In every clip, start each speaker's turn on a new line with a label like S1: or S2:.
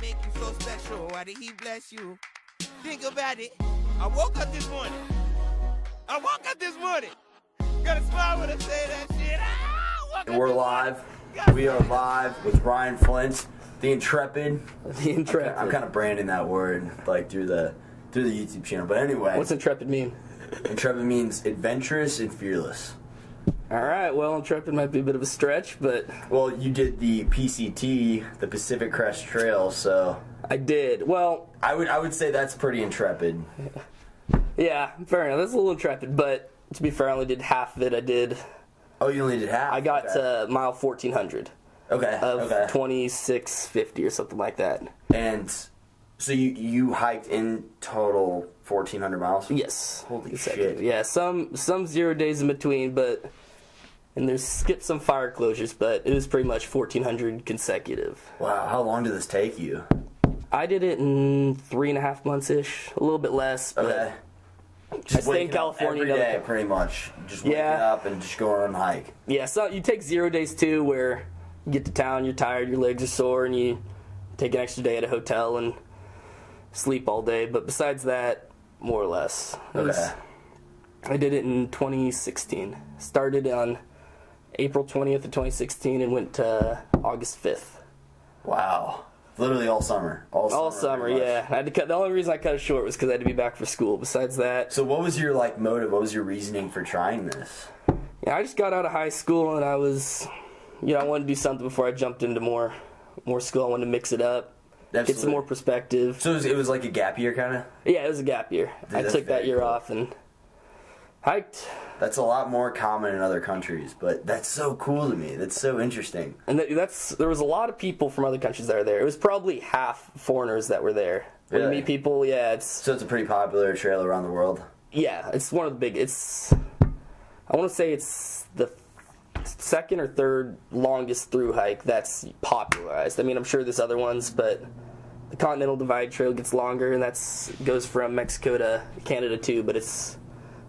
S1: make you so special? Why did he bless you? Think about it. I woke up this morning. I woke up this morning. Got a smile when I say that shit. Ah, I woke
S2: And
S1: up
S2: we're
S1: this
S2: live.
S1: morning.
S2: We are live with Ryan Flint, the Intrepid.
S3: The intrepid.
S2: I'm kind of branding that word like through the through the YouTube channel. But anyway,
S3: What's intrepid mean?
S2: Intrepid means adventurous and fearless.
S3: All right. Well, intrepid might be a bit of a stretch, but
S2: Well, you did the PCT, the Pacific Crest Trail, so
S3: I did. Well,
S2: I would I would say that's pretty intrepid.
S3: yeah, fair enough. That's a little intrepid, but to be fair, I only did half of it. I did.
S2: Oh, you only did half.
S3: I got
S2: okay.
S3: to mile fourteen hundred
S2: okay.
S3: of
S2: okay.
S3: twenty six fifty or something like that.
S2: And so you you hiked in total 1,400 miles.
S3: Yes.
S2: Holy
S3: Exactly.
S2: shit.
S3: Yeah. Some some zero days in between, but and there's skipped some fire closures, but it was pretty much fourteen hundred consecutive.
S2: Wow. How long did this take you?
S3: I did it in three and a half months ish, a little bit less, but.
S2: Okay.
S3: I stay in
S2: Uh, Waking up
S3: California
S2: every
S3: another-
S2: day, pretty much. Just waking
S3: Yeah.
S2: up and just going on a hike.
S3: Yeah, so you take zero days too, where you get to town, you're tired, your legs are sore, and you take an extra day at a hotel and sleep all day. But besides that, more or less. It was-
S2: Okay.
S3: I did it in 2016. Started on April 20th of 2016 and went to August 5th.
S2: Wow. Literally all summer. All summer.
S3: All summer,
S2: pretty much.
S3: yeah. I had to cut. The only reason I cut it short was because I had to be back for school. Besides that,
S2: So what was your like motive? What was your reasoning for trying this?
S3: Yeah, I just got out of high school and I was, you know, I wanted to do something before I jumped into more, more school. I wanted to mix it up, get
S2: Absolutely.
S3: some more perspective.
S2: So it was, it was like a gap year kind of.
S3: Yeah, it was a gap year. I
S2: that's
S3: took that
S2: very
S3: year
S2: cool.
S3: off and hiked,
S2: That's a lot more common in other countries, but that's so cool to me. That's so interesting.
S3: and that, that's there was a lot of people from other countries that were there. It was probably half foreigners that were there. When you
S2: Really?
S3: meet people, yeah, it's
S2: So it's a pretty popular trail around the world.
S3: yeah, it's one of the big. It's I want to say it's the second or third longest through hike that's popularized. I mean, I'm sure there's other ones, but the Continental Divide Trail gets longer, and that's goes from Mexico to Canada too. But it's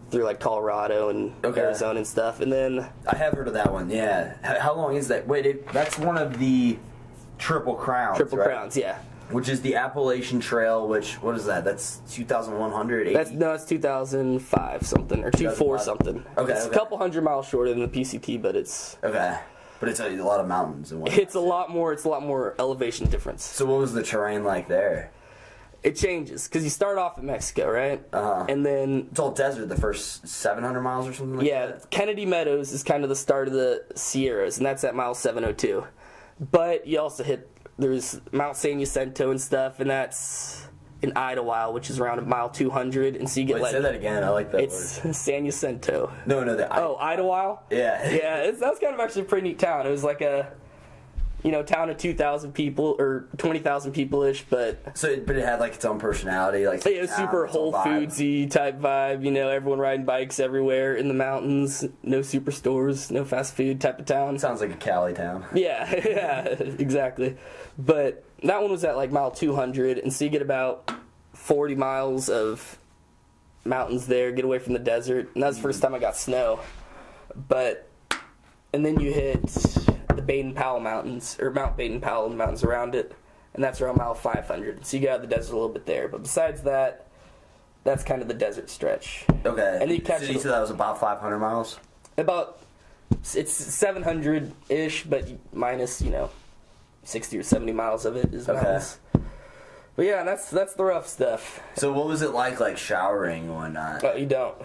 S3: through like Colorado and
S2: Okay.
S3: Arizona and stuff, and then
S2: I have heard of that one. Yeah. H- How long is that? Wait, it, that's one of the triple crowns.
S3: Triple
S2: right?
S3: Crowns. Yeah,
S2: which is the Appalachian Trail. Which what is that? That's 2,180.
S3: that's no, it's 2005 something or 24
S2: 2005.
S3: something.
S2: Okay,
S3: it's
S2: okay.
S3: a couple hundred miles shorter than the PCT, but it's
S2: okay, but it's a, a lot of mountains and whatnot.
S3: it's a lot more. It's a lot more elevation difference.
S2: so what was the terrain like there?
S3: it changes because you start off in Mexico, right?
S2: Uh-huh.
S3: And then
S2: It's all desert. The first 700 miles or something. like
S3: yeah,
S2: that?
S3: Kennedy Meadows is kind of the start of the Sierras, and that's at mile 702. But you also hit there's Mount San Jacinto and stuff, and that's in Idlewild, which is around at mile 200, and so you get
S2: Wait,
S3: like
S2: say that again. I like that word.
S3: it's San Jacinto.
S2: No, no, that. I,
S3: Oh, Idlewild.
S2: yeah,
S3: yeah, it's, that was kind of actually a pretty neat town. It was like a you know town of 2,000 people or 20,000 people ish, but
S2: So, it, but it had like its own personality, like
S3: Yeah,
S2: town,
S3: super
S2: its own
S3: Whole
S2: vibe.
S3: Foodsy type vibe. You know, everyone riding bikes everywhere in the mountains. No superstores, no fast food type of town.
S2: Sounds like a Cali town.
S3: Yeah, yeah, exactly. But that one was at like mile 200, and so you get about 40 miles of mountains there, get away from the desert. And that was the first time I got snow. But, and then you hit the Baden Powell Mountains, or Mount Baden Powell and the mountains around it, and that's around mile 500. So you get out of the desert a little bit there. But besides that, that's kind of the desert stretch.
S2: Okay.
S3: And you catch
S2: so you said that was about 500 miles.
S3: about it's 700 ish, but minus you know 60 or 70 miles of it is
S2: Okay.
S3: mountains. But yeah, that's that's the rough stuff.
S2: So what was it like, like showering and whatnot?
S3: But Oh, you don't.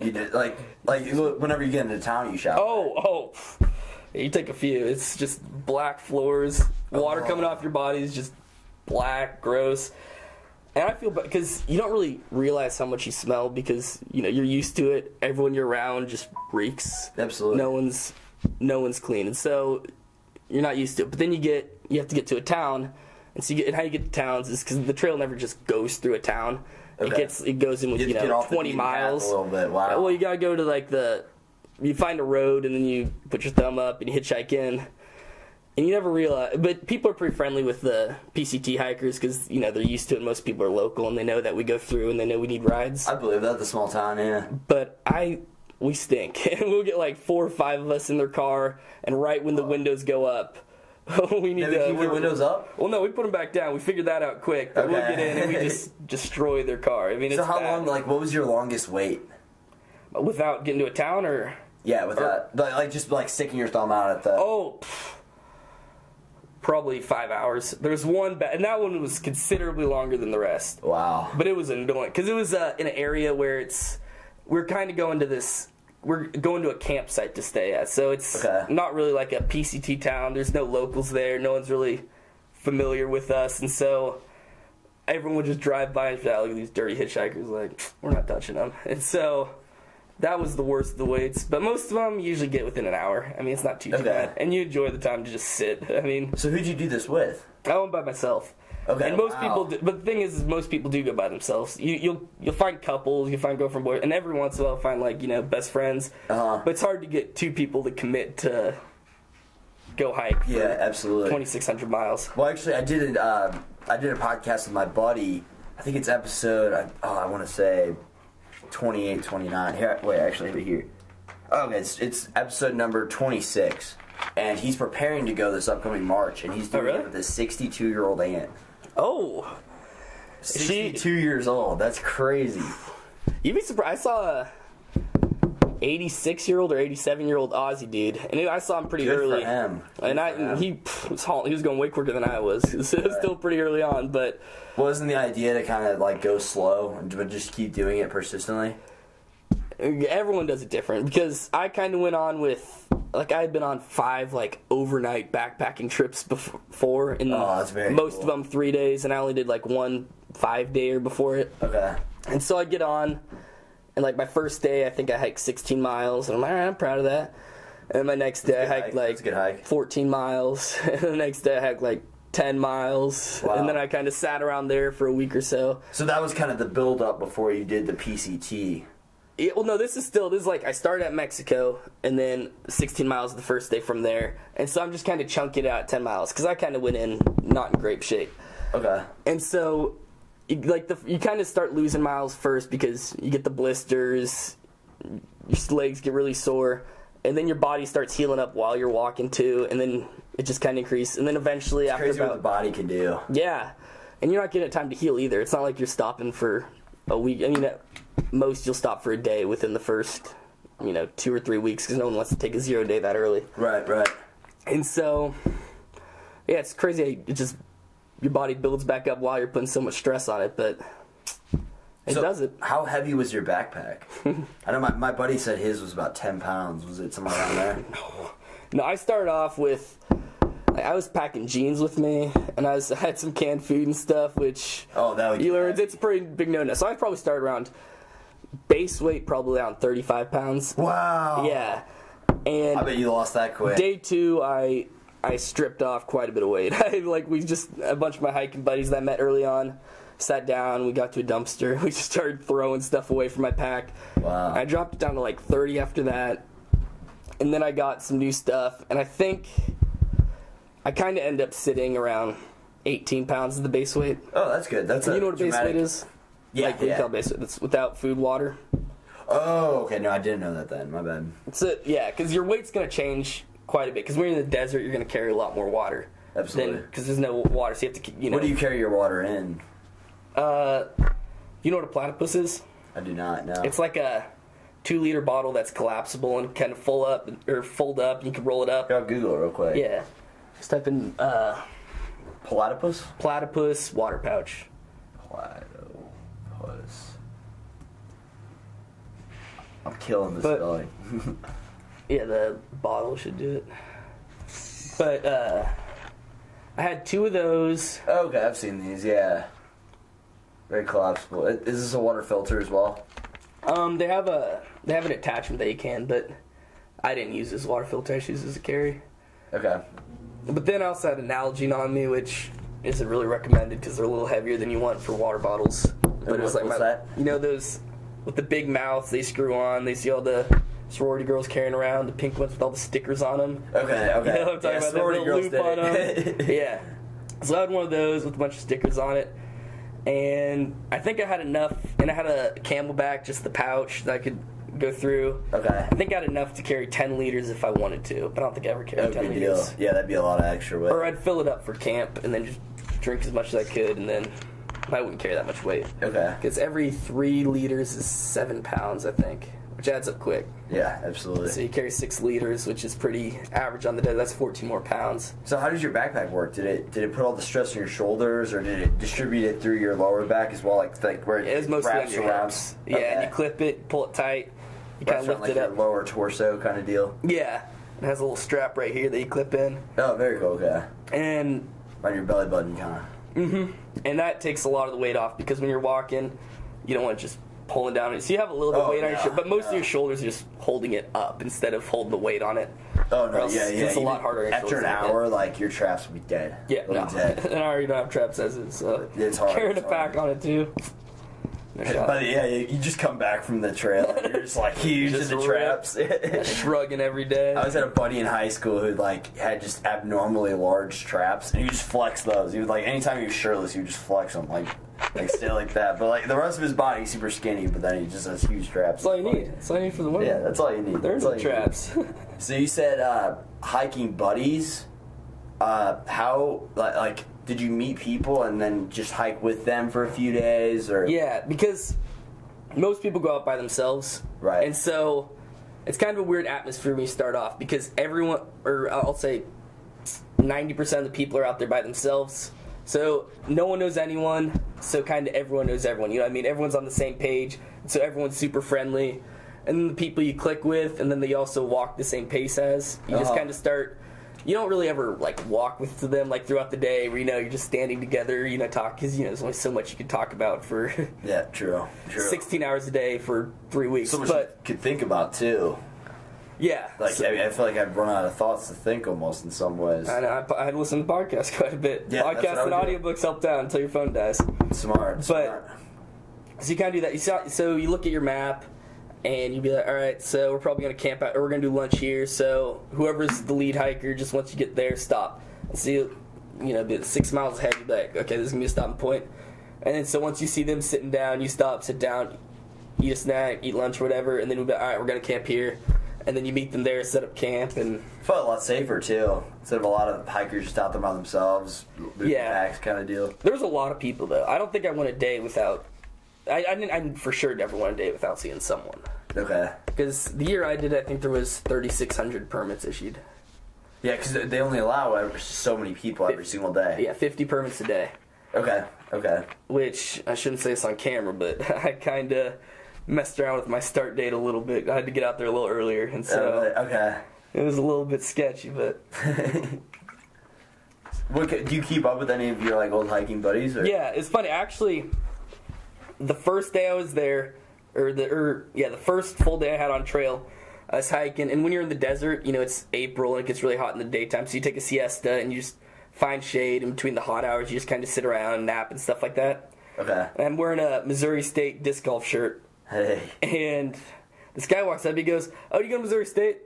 S2: You did like, like whenever you get into town, you shower.
S3: oh oh, you take a few. It's just black floors, water
S2: Oh.
S3: coming off your body is just black, gross. And I feel bad because you don't really realize how much you smell because you know you're used to it. Everyone you're around just reeks.
S2: absolutely.
S3: no one's no one's clean and so you're not used to it but then you get you have to get to a town and so you get and how you get to towns is because the trail never just goes through a town it
S2: Okay.
S3: gets it goes in with
S2: you,
S3: you,
S2: have to get
S3: know
S2: off the
S3: 20
S2: beaten path
S3: miles
S2: a little bit. Wow.
S3: well you gotta go to like the you find a road and then you put your thumb up and you hitchhike in and you never realize but people are pretty friendly with the pct hikers because you know they're used to it most people are local and they know that we go through and they know we need rides
S2: I believe that the small town. Yeah.
S3: but I we stink. And we'll get like four or five of us in their car, and right when the windows go up, we need
S2: Did we keep
S3: to.
S2: the
S3: we're-
S2: windows up?
S3: Well, no, we put them back down. We figured that out quick. But we'll
S2: Okay.
S3: get in and we just destroy their car. I mean, it's
S2: So how
S3: bad.
S2: long? Like, what was your longest wait?
S3: without getting to a town or
S2: Yeah, with that, like, like just like sticking your thumb out at the.
S3: oh. pff, Probably five hours. There was one, ba- and that one was considerably longer than the rest.
S2: wow.
S3: but it was annoying because it was uh, in an area where it's we're kind of going to this we're going to a campsite to stay at so it's
S2: Okay.
S3: not really like a pct town there's no locals there no one's really familiar with us and so everyone would just drive by and be like "Look at these dirty hitchhikers like we're not touching them and so that was the worst of the waits but most of them you usually get within an hour i mean it's not too
S2: Okay.
S3: bad and you enjoy the time to just sit i mean
S2: So who'd you do this with?
S3: I went by myself.
S2: Okay,
S3: And most
S2: wow.
S3: people, do, but the thing is, is most people do go by themselves. You, you'll you'll find couples, you'll find girlfriend boy, and every once in a while find like you know best friends.
S2: Uh-huh.
S3: But it's hard to get two people to commit to go hike.
S2: Yeah, absolutely.
S3: Twenty six hundred miles.
S2: Well, actually, I did an, um I did a podcast with my buddy. I think it's episode. I, oh, I want to say 28, 29. Here, wait, I actually, have it here. Oh, okay, it's it's episode number twenty six, and he's preparing to go this upcoming March, and he's doing
S3: Oh, really?
S2: it with his sixty two year old aunt.
S3: Oh,
S2: Sixty two years old. That's crazy.
S3: you'd be surprised. I saw a eighty six year old or eighty seven year old Aussie dude, and I saw him pretty
S2: Good for
S3: early.
S2: him. Good
S3: And I,
S2: for him.
S3: he pff, was hauling, he was going way quicker than I was. So it was still pretty early on, but
S2: Wasn't the idea to kind of like go slow and but just keep doing it persistently?
S3: everyone does it different because I kind of went on with like I had been on five like overnight backpacking trips bef- before, and
S2: Oh, that's very
S3: most of
S2: cool.
S3: them three days, and I only did like one five day or before it.
S2: Okay.
S3: And so I get on, and like my first day, I think I hiked 16 miles, and I'm like, all right, I'm proud of that. And my next day, I
S2: That's a good
S3: hiked
S2: hike. That's a good
S3: like
S2: hike.
S3: 14 miles, and the next day, I hiked like 10 miles,
S2: Wow.
S3: and then I kind of sat around there for a week or so.
S2: So that was kind of the build up before you did the PCT.
S3: Yeah, well, no, this is still this is like I started at Mexico and then 16 miles the first day from there, and so I'm just kind of chunking it out at 10 miles because I kind of went in not in great shape,
S2: Okay.
S3: and so you, like the you kind of start losing miles first because you get the blisters, your legs get really sore, and then your body starts healing up while you're walking too, and then it just kind of increases, and then eventually after
S2: Crazy what
S3: about
S2: the body can do.
S3: yeah, and you're not getting time to heal either. It's not like you're stopping for a week. I mean, at most you'll stop for a day within the first, you know, two or three weeks because no one wants to take a zero day that early.
S2: Right, right.
S3: And so, yeah, it's crazy. How you- it just your body builds back up while you're putting so much stress on it, but it
S2: So,
S3: doesn't.
S2: How heavy was your backpack? I know my, my buddy said his was about 10 pounds. Was it somewhere around there?
S3: No, I started off with like, I was packing jeans with me, and I was I had some canned food and stuff, which
S2: Oh, that would
S3: you
S2: get
S3: learned
S2: heavy.
S3: it's a pretty big no no. So I probably started around base weight probably around thirty five pounds.
S2: Wow.
S3: Yeah,
S2: I
S3: and
S2: bet you lost that quick.
S3: day two I I stripped off quite a bit of weight. I like we just a bunch of my hiking buddies that I met early on sat down. We got to a dumpster. We just started throwing stuff away from my pack.
S2: Wow.
S3: I dropped it down to like thirty after that, and then I got some new stuff. And I think I kind of end up sitting around eighteen pounds of the base weight.
S2: oh, that's good. That's a
S3: you know what a base
S2: dramatic-
S3: weight is?
S2: Yeah.
S3: like
S2: yeah.
S3: retail base weight. That's without food, water.
S2: Oh, okay. No, I didn't know that then. My bad.
S3: So yeah, because your weight's gonna change quite a bit. Because when you're in the desert, you're gonna carry a lot more water.
S2: Absolutely.
S3: Because there's no water, so you have to. ke- You know.
S2: What do you carry your water in?
S3: Uh, you know what a platypus is?
S2: I do not know.
S3: It's like a two-liter bottle that's collapsible and kind of full up or fold up. And you can roll it up.
S2: Here, I'll Google it real quick.
S3: Yeah. Just type in uh,
S2: Platypus?
S3: platypus water pouch.
S2: Platypus. I'm killing this
S3: But-
S2: spelling.
S3: Yeah, the bottle should do it. But uh, I had two of those.
S2: Okay, I've seen these. Yeah, very collapsible. I- Is this a water filter as well?
S3: Um, they have a they have an attachment that you can, but I didn't use this water filter. I just used it as a carry.
S2: Okay.
S3: But then I also had an Nalgene on me, which isn't really recommended because they're a little heavier than you want for water bottles. But it was
S2: what-
S3: like my,
S2: what's that?
S3: you know those with the big mouths they screw on. They see all the sorority girls carrying around the pink ones with all the stickers on them.
S2: Okay. Okay.
S3: You know what I'm talking
S2: Yeah,
S3: about? That
S2: sorority
S3: little
S2: girls
S3: loop
S2: did
S3: on
S2: it.
S3: 'em. yeah. So I had one of those with a bunch of stickers on it. And I think I had enough, and I had a camelback, just the pouch that I could go through.
S2: Okay.
S3: I think I had enough to carry 10 liters if I wanted to, but I don't think I ever carried
S2: That would
S3: 10
S2: be deal.
S3: liters.
S2: Yeah, that'd be a lot of extra weight.
S3: Or I'd fill it up for camp and then just drink as much as I could, and then I wouldn't carry that much weight.
S2: Okay.
S3: Because every three liters is seven pounds, I think, which adds up quick.
S2: Yeah, absolutely.
S3: So you carry six liters, which is pretty average on the day. That's 14 more pounds.
S2: So how does your backpack work? Did it did it put all the stress on your shoulders, or did it distribute it through your lower back as well, like like where it,
S3: It was mostly on
S2: wraps
S3: your
S2: around?
S3: hips. Yeah, and you clip it, pull it tight, you kind
S2: Wraps around,
S3: of lift
S2: like
S3: it
S2: your
S3: up.
S2: lower torso kind of deal.
S3: Yeah, it has a little strap right here that you clip in,
S2: Oh, very cool. Okay,
S3: and
S2: on your belly button, kind of.
S3: and that takes a lot of the weight off because when you're walking, you don't want to just pulling down it. So you have a little bit of
S2: Oh,
S3: weight on your
S2: no,
S3: shoulder, but most
S2: no.
S3: of your shoulders are just holding it up instead of holding the weight on it.
S2: Oh
S3: Or
S2: no,
S3: else
S2: yeah, yeah.
S3: It's a
S2: you-
S3: lot harder. on
S2: After
S3: shoulders
S2: an
S3: than it is.
S2: hour, like your traps will be dead.
S3: Yeah,
S2: They'll
S3: no.
S2: be
S3: and
S2: dead.
S3: I already don't have traps as it, so
S2: It's hard,
S3: carrying
S2: it's
S3: a pack on
S2: hard.
S3: it too. No shot.
S2: But yeah, you you just come back from the trail. And you're just like huge
S3: Just
S2: in the
S3: ripped.
S2: traps.
S3: shrugging every day.
S2: I was at a buddy in high school who like had just abnormally large traps, and he would just flex those. He would like anytime he was shirtless, he would just flex them, like like stay like that. But like the rest of his body, he's super skinny, but then he just has huge traps.
S3: That's all you need. That's all you need for the winter.
S2: Yeah, that's all you need.
S3: There's
S2: That's all you
S3: the
S2: need.
S3: traps.
S2: So you said uh, hiking buddies. Uh, how like, like did you meet people and then just hike with them for a few days or
S3: yeah, because most people go out by themselves.
S2: Right.
S3: And so it's kind of a weird atmosphere when you start off because everyone, or I'll say 90% of the people are out there by themselves. So no one knows anyone. So kind of everyone knows everyone. You know what I mean? Everyone's on the same page. So everyone's super friendly. And then the people you click with, and then they also walk the same pace as. You just
S2: Uh-huh.
S3: kind of start. You don't really ever like walk with them like throughout the day where you know you're just standing together, you know, talk because you know there's only so much you can talk about for
S2: yeah true true
S3: 16 hours a day for three weeks.
S2: so much you
S3: but
S2: could think about too
S3: yeah,
S2: like
S3: so-
S2: I, I feel like I've run out of thoughts to think almost in some ways
S3: I, know, I, I listen to podcasts quite a bit.
S2: Yeah, that's
S3: podcasts and
S2: what I would do.
S3: audiobooks help down until your phone dies.
S2: smart smart.
S3: So you kind of do that. You saw, so you look at your map, and you be like, all right, so we're probably gonna camp out, or we're gonna do lunch here. So whoever's the lead hiker, just once you get there, stop. And see, you know, be six miles ahead, you're like, okay, this is gonna be a stopping point. And then so once you see them sitting down, you stop, sit down, eat a snack, eat lunch, or whatever, and then we'll be like, all right, we're gonna camp here. And then you meet them there, set up camp, and
S2: felt a lot safer too. Instead of a lot of hikers just out there by themselves,
S3: Yeah.
S2: yeah, packs kind of deal.
S3: There was a lot of people though. I don't think I went a day without. I, I didn't. I for sure never went a day without seeing someone.
S2: Okay,
S3: Because the year I did, I think there was 3,600 permits issued.
S2: yeah, because they only allow ever, so many people every single day.
S3: Yeah, 50 permits a day.
S2: Okay, okay,
S3: Which I shouldn't say this on camera, but I kind of messed around with my start date a little bit. I had to get out there a little earlier, and so
S2: Uh, okay.
S3: it was a little bit sketchy. But
S2: What, ca- do you keep up with any of your like old hiking buddies? Or?
S3: Yeah, it's funny. Actually, the first day I was there, or the or yeah, the first full day I had on trail, I was hiking. And when you're in the desert, you know it's April and it gets really hot in the daytime, so you take a siesta and you just find shade in between the hot hours. You just kind of sit around, nap, and stuff like that.
S2: Okay.
S3: And I'm wearing a Missouri State disc golf shirt,
S2: Hey.
S3: and this guy walks up. He goes, "Oh, you go to Missouri State?"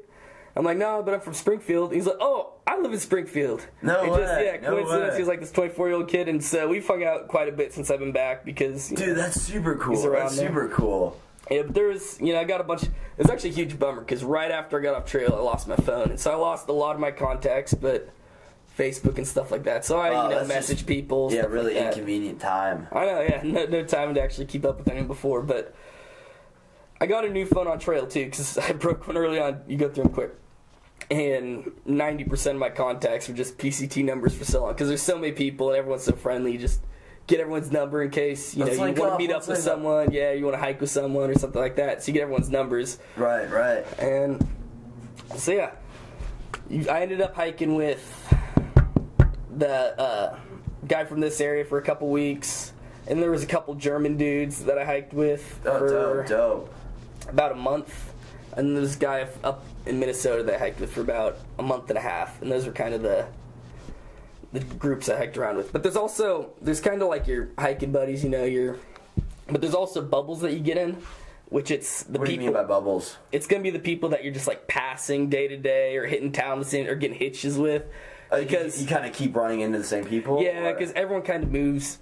S3: I'm like, "No, but I'm from Springfield." He's like, "Oh, I live in Springfield."
S2: No
S3: And Just,
S2: way,
S3: yeah,
S2: no
S3: coincidence.
S2: way.
S3: He's like this 24 year old kid, and so we've hung out quite a bit since I've been back because you know,
S2: Dude, that's super cool.
S3: He's around
S2: That's
S3: there.
S2: super cool.
S3: yeah, but there was, you know, I got a bunch. It was actually a huge bummer because right after I got off trail, I lost my phone, and so I lost a lot of my contacts, but Facebook and stuff like that. So
S2: Wow,
S3: I, you know,
S2: Oh, that's
S3: message
S2: just-
S3: people.
S2: Yeah,
S3: stuff
S2: really
S3: like that.
S2: inconvenient time.
S3: I know, yeah, no, no time to actually keep up with anyone before, but I got a new phone on trail too because I broke one early on. You go through them quick, and ninety percent of my contacts were just PCT numbers for so long because there's so many people and everyone's so friendly. You just get everyone's number in case you
S2: That's
S3: know
S2: like,
S3: you want
S2: uh,
S3: to meet up
S2: what's
S3: with
S2: that?
S3: someone. Yeah, you want to hike with someone or something like that. So you get everyone's numbers,
S2: Right, right.
S3: and so yeah, you, I ended up hiking with the uh, guy from this area for a couple weeks, and there was a couple German dudes that I hiked with
S2: Oh,
S3: for
S2: dope, dope.
S3: about a month, and there was a guy f- up in Minnesota that I hiked with for about a month and a half, and those were kind of the the groups I hiked around with. But there's also there's kind of like your hiking buddies, you know, your but there's also bubbles that you get in, which it's the
S2: What do you
S3: people
S2: mean by bubbles?
S3: it's gonna be the people that you're just like passing day to day or hitting town with or getting hitches with
S2: Uh, you-
S3: because
S2: you, kind of keep running into the same people.
S3: yeah
S2: or-
S3: because everyone kind of moves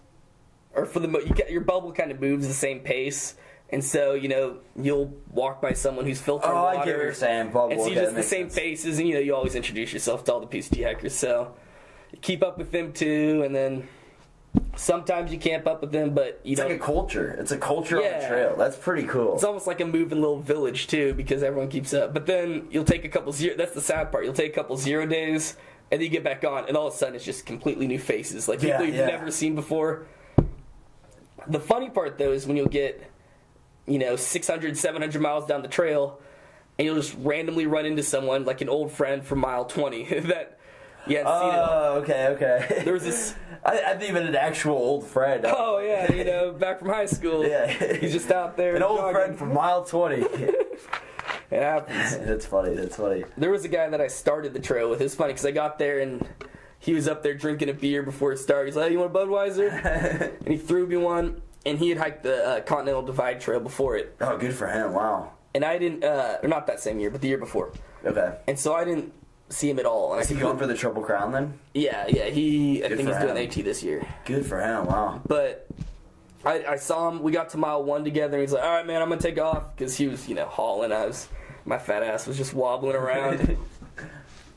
S3: or for the mo- you get, your bubble kind of moves the same pace And so, you know, you'll walk by someone who's filtering
S2: Oh, I
S3: water.
S2: get what you're saying, blah,
S3: and
S2: blah,
S3: see
S2: that
S3: just the
S2: makes
S3: same
S2: sense.
S3: faces, and you know, you always introduce yourself to all the PCT hackers. So keep up with them too, and then sometimes you camp up with them, but you
S2: It's
S3: know,
S2: like a culture. It's a culture on the
S3: Yeah.
S2: trail. That's pretty cool.
S3: it's almost like a moving little village too, because everyone keeps up. But then you'll take a couple zero. That's the sad part. You'll take a couple zero days, and then you get back on, and all of a sudden it's just completely new faces, like
S2: Yeah,
S3: people you've
S2: yeah.
S3: never seen before. The funny part though is when you'll get, you know, 600, 700 miles down the trail, and you'll just randomly run into someone like an old friend from mile twenty that you hadn't seen. It.
S2: Oh, okay, okay.
S3: There was this.
S2: I, I think even an actual old friend.
S3: Oh yeah, you know, back from high school.
S2: Yeah.
S3: he's just out there.
S2: an old
S3: jogging.
S2: friend from mile twenty.
S3: It happens.
S2: that's funny. That's funny.
S3: there was a guy that I started the trail with. It was funny because I got there and he was up there drinking a beer before it started. He's like, "You want a Budweiser?" and he threw me one. And he had hiked the uh, Continental Divide Trail before it,
S2: Oh, good for him. Wow.
S3: and I didn't. Uh, or not that same year, but the year before.
S2: Okay.
S3: And so I didn't see him at all. And I
S2: Is he
S3: could-
S2: going for the triple crown then?
S3: Yeah, yeah. He. I
S2: Good
S3: think
S2: for
S3: he's doing
S2: him.
S3: AT this year.
S2: Good for him. Wow.
S3: But I, I saw him. We got to mile one together. and He's like, "All right, man, I'm gonna take off," because he was, you know, hauling. I was, my fat ass was just wobbling around,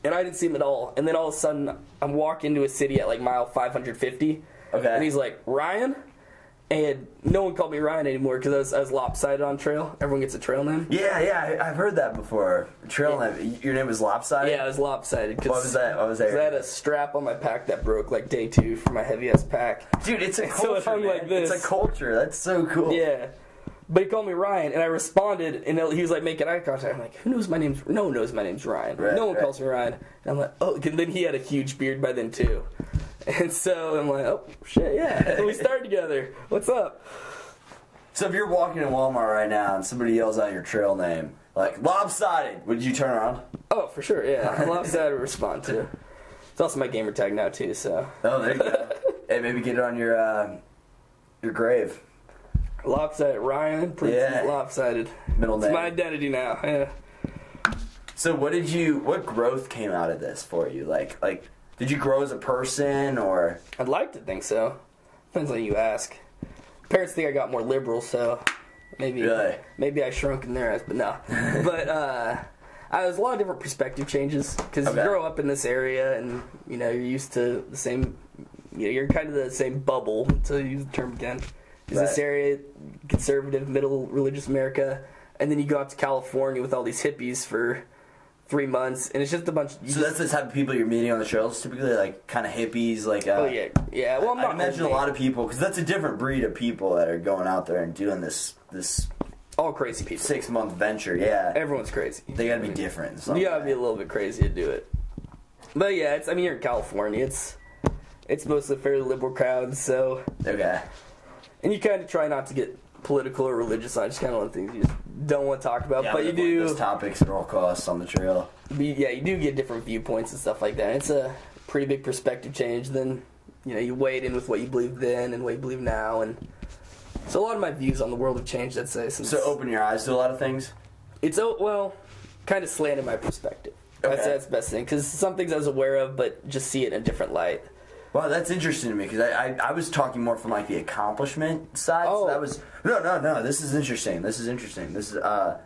S3: and I didn't see him at all. And then all of a sudden, I'm walking into a city at like mile 550,
S2: Okay.
S3: and he's like, "Ryan," and no one called me Ryan anymore because I was, I was lopsided on trail. Everyone gets a trail name.
S2: Yeah, yeah. I, I've heard that before. Trail
S3: Yeah.
S2: name. Your name was lopsided.
S3: Yeah, I was lopsided because
S2: What was that? What was that?
S3: I had a strap on my pack that broke like day two for my heavy ass pack.
S2: Dude, it's a
S3: So it
S2: culture.
S3: hung
S2: man.
S3: like this.
S2: It's a culture. That's so cool.
S3: Yeah. But he called me Ryan, and I responded, and he was like making eye contact. I'm like, who knows my name's? No one knows my name's Ryan.
S2: Right,
S3: no one
S2: right.
S3: calls me Ryan. And I'm like, oh. And then he had a huge beard by then too, and so I'm like, oh shit, yeah. And we started together. What's up?
S2: So if you're walking in Walmart right now and somebody yells out your trail name, like lopsided, would you turn around?
S3: Oh, for sure, yeah. I'm upset to respond to. It's also my gamer tag now too, so
S2: Oh, there you go. hey, maybe get it on your uh, your grave.
S3: lopsided Ryan, please
S2: Yeah.
S3: lopsided.
S2: Middle
S3: It's
S2: name.
S3: my identity now. Yeah.
S2: So what did you? What growth came out of this for you? Like, like did you grow as a person or?
S3: I'd like to think so. Depends on who you ask. Parents think I got more liberal, so maybe
S2: Really?
S3: maybe I shrunk in their eyes, but no. but uh, I was a lot of different perspective changes because
S2: Okay.
S3: you grow up in this area, and you know you're used to the same. You know, you're kind of the same bubble to use the term again. Is this
S2: Right.
S3: area conservative, middle religious America, and then you go out to California with all these hippies for three months, and it's just a bunch. you
S2: So
S3: just-
S2: that's the type of people you're meeting on the trails, typically like kind of hippies, like. Uh,
S3: oh yeah, yeah. Well, I'm
S2: I
S3: not
S2: imagine a
S3: old,
S2: lot of people, because that's a different breed of people that are going out there and doing this this
S3: all crazy people.
S2: six month venture. Yeah,
S3: Everyone's crazy.
S2: they gotta be different. in some
S3: You gotta
S2: way.
S3: be a little bit crazy to do it. But yeah, it's I mean you're in California. It's it's mostly fairly liberal crowds, so
S2: Okay.
S3: and you kind of try not to get political or religious on. Just kind of one of the things you just don't want to talk about.
S2: Yeah,
S3: but you
S2: I'm gonna avoid
S3: do,
S2: Those topics at all costs on the trail.
S3: but you- yeah, you do get different viewpoints and stuff like that. It's a pretty big perspective change. Then you know you weigh it in with what you believe then and what you believe now, and so a lot of my views on the world have changed. I'd say since
S2: So open your eyes to a lot of things.
S3: it's oh well, kind of slanted my perspective. That's
S2: Okay.
S3: that's the best thing because some things I was aware of, but just see it in a different light.
S2: Wow, that's interesting to me because I, I I was talking more from like the accomplishment side.
S3: Oh.
S2: So that was no no no. This is interesting. This is interesting. This is uh,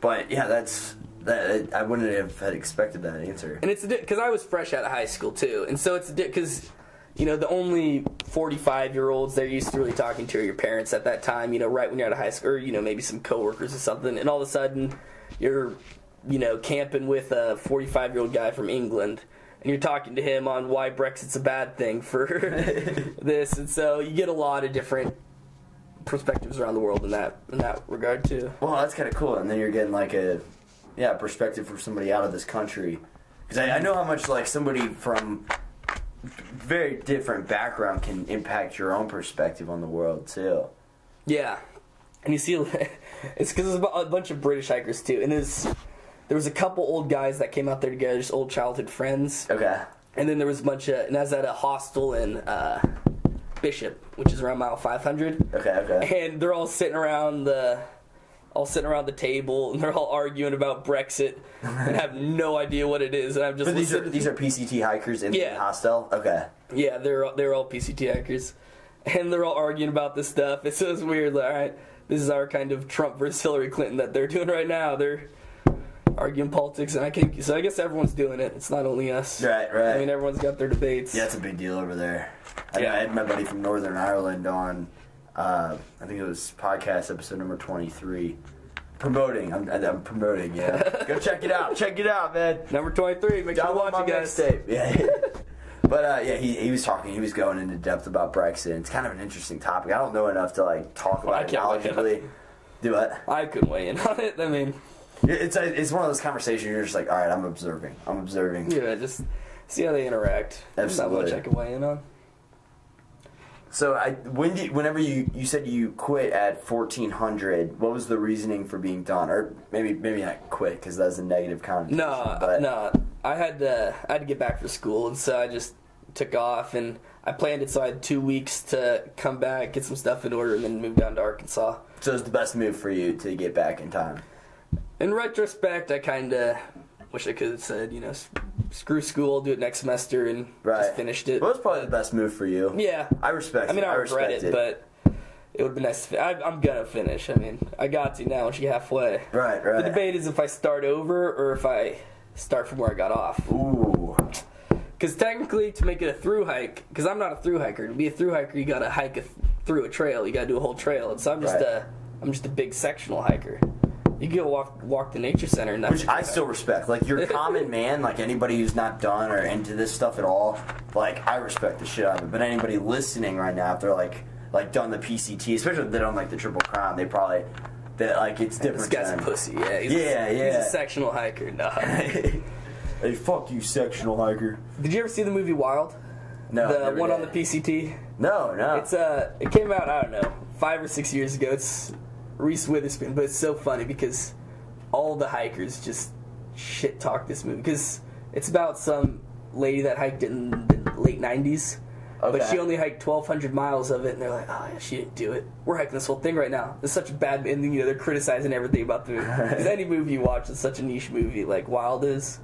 S2: but yeah, that's that. I wouldn't have had expected that answer.
S3: And it's because I was fresh out of high school too, and so it's because you know the only forty-five year olds they're used to really talking to are your parents at that time. You know, right when you're out of high school, or you know maybe some coworkers or something, and all of a sudden you're you know camping with a forty-five year old guy from England. And you're talking to him on why Brexit's a bad thing for this, and so you get a lot of different perspectives around the world in that in that regard too.
S2: Well, that's kind of cool. And then you're getting like a yeah perspective from somebody out of this country because I, I know how much like somebody from very different background can impact your own perspective on the world too.
S3: Yeah, and you see, it's because there's a bunch of British hikers too, and there's there was a couple old guys that came out there together, just old childhood friends,
S2: Okay.
S3: and then there was a bunch of, and I was at a hostel in uh, Bishop, which is around mile 500,
S2: Okay. Okay.
S3: and they're all sitting around the. All sitting around the table, and they're all arguing about Brexit, and have no idea what it is. And I'm just
S2: But these are
S3: listening-
S2: these are PCT hikers in
S3: Yeah.
S2: the hostel. Okay.
S3: yeah, they're they're all PCT hackers, and they're all arguing about this stuff. It's so it's weird. Like, all right, this is our kind of Trump versus Hillary Clinton that they're doing right now. They're arguing politics, and I can. So I guess everyone's doing it. It's not only us.
S2: Right, right.
S3: I mean, everyone's got their debates.
S2: Yeah, it's a big deal over there. I,
S3: Yeah.
S2: I had my buddy from Northern Ireland on, uh, I think it was podcast episode number 23. Promoting. I'm, I'm promoting, yeah. Go check it out. Check it out, man.
S3: Number twenty-three. Make sure you
S2: Download
S3: watch
S2: my
S3: it, guys.
S2: mixtape. Yeah. but uh, yeah, he, he was talking. He was going into depth about Brexit. It's kind of an interesting topic. I don't know enough to like talk
S3: I
S2: about it
S3: can't look it up.
S2: knowledgeably. Do what?
S3: I couldn't weigh in on it. I mean,
S2: It- It's a, it's one of those conversations. You're just like, all right, I'm observing. I'm observing.
S3: yeah, just see how they interact. There's Not
S2: Absolutely.
S3: much I can weigh in on.
S2: So I when did whenever you you said you quit at fourteen hundred, what was the reasoning for being done? Or maybe maybe not quit because that's a negative connotation.
S3: No, uh,
S2: but
S3: no. I had to I had to get back for school, and so I just took off and I planned it so I had two weeks to come back, get some stuff in order, and then move down to Arkansas.
S2: So it's the best move for you to get back in time.
S3: In retrospect, I kind of wish I could have said, you know, s- screw school, do it next semester, and
S2: Right.
S3: just finished it.
S2: Well, it's probably the best move for you.
S3: Yeah,
S2: I respect.
S3: I mean,
S2: it.
S3: I, regret
S2: respect
S3: it, but it would have been nice. To fi- I, I'm gonna finish. I mean, I got to now. She halfway.
S2: right, right.
S3: The debate is if I start over or if I start from where I got off.
S2: Ooh,
S3: Because technically, to make it a through hike, because I'm not a through hiker. To be a through hiker, you gotta hike a th- through a trail. You gotta do a whole trail. And so I'm just
S2: Right.
S3: a, I'm just a big sectional hiker. You can go walk walk the nature center, and that's
S2: which I still respect. Like you're a common man, like anybody who's not done or into this stuff at all. Like I respect the shit out of it. But anybody listening right now, if they're like like done the PCT, especially if they don't like the Triple Crown, they probably that like it's
S3: This
S2: different.
S3: guy's a
S2: than-
S3: pussy. Yeah, he's,
S2: Yeah,
S3: He's
S2: yeah.
S3: a sectional hiker. No.
S2: hey, fuck you, sectional hiker.
S3: Did you ever see the movie Wild?
S2: No,
S3: the
S2: never
S3: one on the
S2: did.
S3: PCT.
S2: No, no.
S3: It's uh, it came out I don't know five or six years ago. It's Reese Witherspoon, but it's so funny because all the hikers just shit talk this movie because it's about some lady that hiked in the late '90s, but
S2: Okay.
S3: she only hiked 1,200 miles of it, and they're like, "Oh yeah, she didn't do it. We're hiking this whole thing right now. It's such a bad ending. You know, they're criticizing everything about the movie. 'Cause any movie you watch is such a niche movie, like Wild is.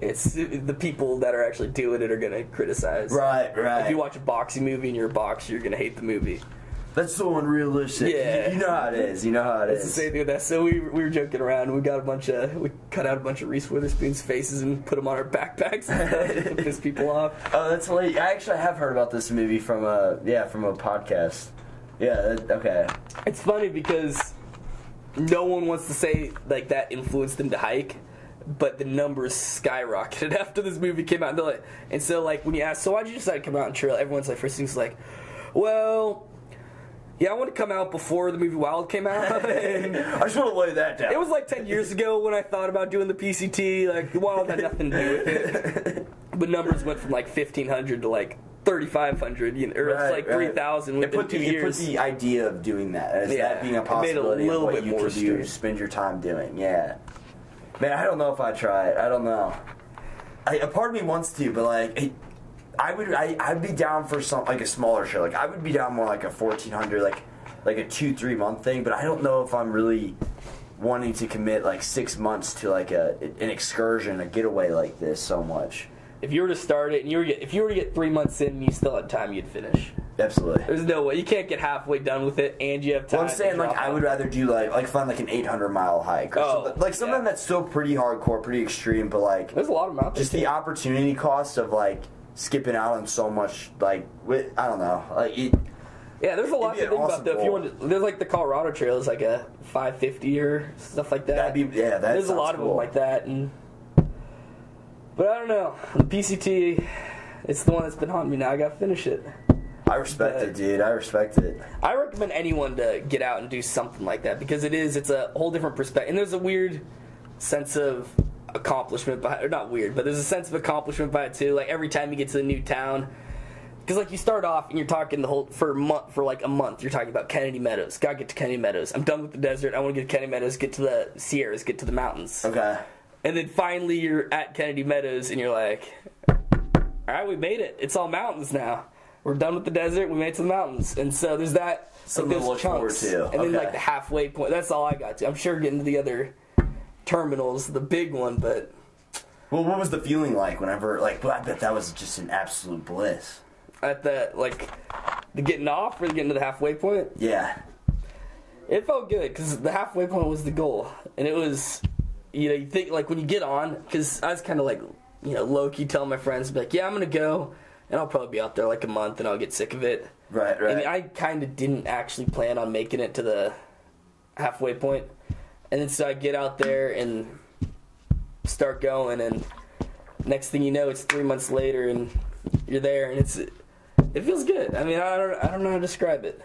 S3: It's the people that are actually doing it are gonna criticize.
S2: right, right.
S3: If you watch a boxing movie and you're a boxer, you're gonna hate the movie.
S2: That's so unrealistic.
S3: Yeah.
S2: You, you know how it is. You know how it
S3: It's the
S2: is.
S3: same thing with that. So we, we were joking around. We got a bunch of we cut out a bunch of Reese Witherspoon's faces and put them on our backpacks and stuff to piss people off.
S2: Oh, that's late. I actually have heard about this movie from a yeah from a podcast. Yeah. That, okay.
S3: It's funny because no one wants to say like that influenced them to hike, but the numbers skyrocketed after this movie came out. And, they're like, and so like when you ask, so why'd you decide to come out and trail? Everyone's like, first thing's like, well. Yeah, I wanted to come out before the movie Wild came out. and
S2: I just want to lay that down.
S3: It was like 10 years ago when I thought about doing the PCT. Like, the wild had nothing to do with it. But numbers went from like 1,500 to like 3,500, you know, or it's
S2: Right,
S3: like
S2: right.
S3: 3,000
S2: It
S3: within
S2: put,
S3: two
S2: the, it put
S3: years.
S2: the idea of doing that as
S3: Yeah,
S2: that being a
S3: it made it a
S2: possibility
S3: little
S2: of what
S3: bit
S2: you
S3: more
S2: could do,
S3: extreme.
S2: spend your time doing. Yeah, man, I don't know if I try it. I don't know. I, a part of me wants to, but like, it, I would, I, I'd be down for some like a smaller show. Like, I would be down more like a fourteen hundred, like, like a two three month thing. But I don't know if I'm really wanting to commit like six months to like a an excursion, a getaway like this so much.
S3: if you were to start it and you were to get, if you were to get three months in and you still had time, you'd finish.
S2: Absolutely.
S3: There's no way you can't get halfway done with it and you have time.
S2: Well, I'm
S3: to
S2: saying like
S3: drop
S2: I
S3: off.
S2: would rather do like like find like an 800 mile hike or
S3: Oh,
S2: something like something
S3: yeah.
S2: that's still pretty hardcore, pretty extreme, but like
S3: There's a lot of them out there.
S2: just the opportunity cost of like skipping out on so much like with, I don't know like it,
S3: yeah, there's a lot
S2: be
S3: to
S2: an
S3: think
S2: awesome
S3: about though. If you
S2: goal.
S3: want to, there's like the Colorado Trail is like a 550 or stuff like that.
S2: that'd be yeah that
S3: There's a
S2: sounds
S3: lot of
S2: cool.
S3: them like that, and but I don't know. The PCT, it's the one that's been haunting me. Now I gotta finish it.
S2: I respect
S3: but-
S2: it, dude. I respect it.
S3: I recommend anyone to get out and do something like that because it is. It's a whole different perspective, and there's a weird sense of accomplishment by, or not weird, but there's a sense of accomplishment by it too. Like every time you get to a new town. Because like you start off and you're talking the whole for a month for like a month you're talking about Kennedy Meadows. Gotta get to Kennedy Meadows. I'm done with the desert. I want to get to Kennedy Meadows. Get to the Sierras. Get to the mountains.
S2: Okay.
S3: And then finally you're at Kennedy Meadows and you're like, all right, we made it. It's all mountains now. We're done with the desert. We made it to the mountains. And so there's that.
S2: Something to
S3: those
S2: look forward to.
S3: And then
S2: Okay.
S3: like the halfway point. That's all I got to. I'm sure getting to the other terminals, the big one, but
S2: Well, what was the feeling like whenever like well I bet that was just an absolute bliss.
S3: at the like the getting off or the getting to the halfway point.
S2: Yeah.
S3: It felt good because the halfway point was the goal, and it was, you know, you think like when you get on, because I was kind of like, you know, low key telling my friends, be like, yeah, I'm gonna go, and I'll probably be out there like a month, and I'll get sick of it.
S2: Right, right.
S3: And I kind of didn't actually plan on making it to the halfway point, and then so I get out there and start going, and next thing you know, it's three months later, and you're there, and it's, it feels good. I mean, I don't, I don't know how to describe it.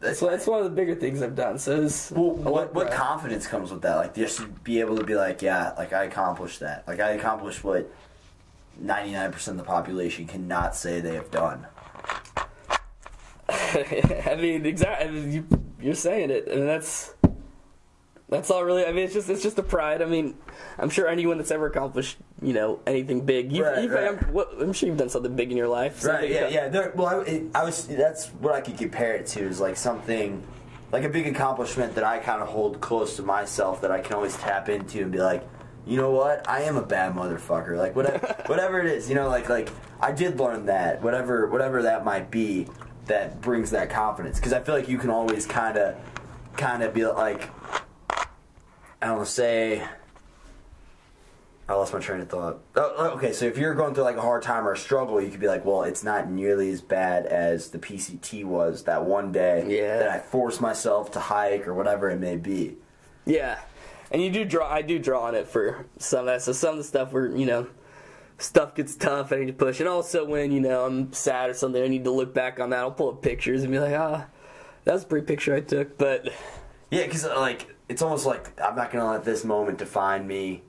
S3: That's, that's one of the bigger things I've done. So it's
S2: Well,
S3: I like
S2: what, what
S3: that.
S2: confidence comes with that? Like just to be able to be like, yeah, like I accomplished that. Like I accomplished what ninety nine percent of the population cannot say they have done.
S3: I mean, exactly. I mean, you, you're saying it, and that's that's all really. I mean, it's just it's just the pride. I mean, I'm sure anyone that's ever accomplished, you know, anything big, you've,
S2: Right,
S3: you've,
S2: right.
S3: I'm, what, I'm sure you've done something big in your life.
S2: Right.
S3: something-
S2: Yeah. Yeah. There, well, I, it, I was. That's what I could compare it to is like something, like a big accomplishment that I kind of hold close to myself that I can always tap into and be like, you know what, I am a bad motherfucker. Like whatever, whatever it is, you know, like like I did learn that whatever whatever that might be that brings that confidence because I feel like you can always kind of kind of be like, I don't know, say. I lost my train of thought. Oh, oh, okay, so if you're going through like a hard time or a struggle, you could be like, well, it's not nearly as bad as the PCT was that one day
S3: Yeah.
S2: that I forced myself to hike or whatever it may be.
S3: Yeah, and you do draw. I do draw on it for some of that. So some of the stuff where you know stuff gets tough, I need to push. And also when you know I'm sad or something, I need to look back on that. I'll pull up pictures and be like, ah, that was a pretty picture I took. But
S2: Yeah, because like it's almost like I'm not gonna let this moment define me.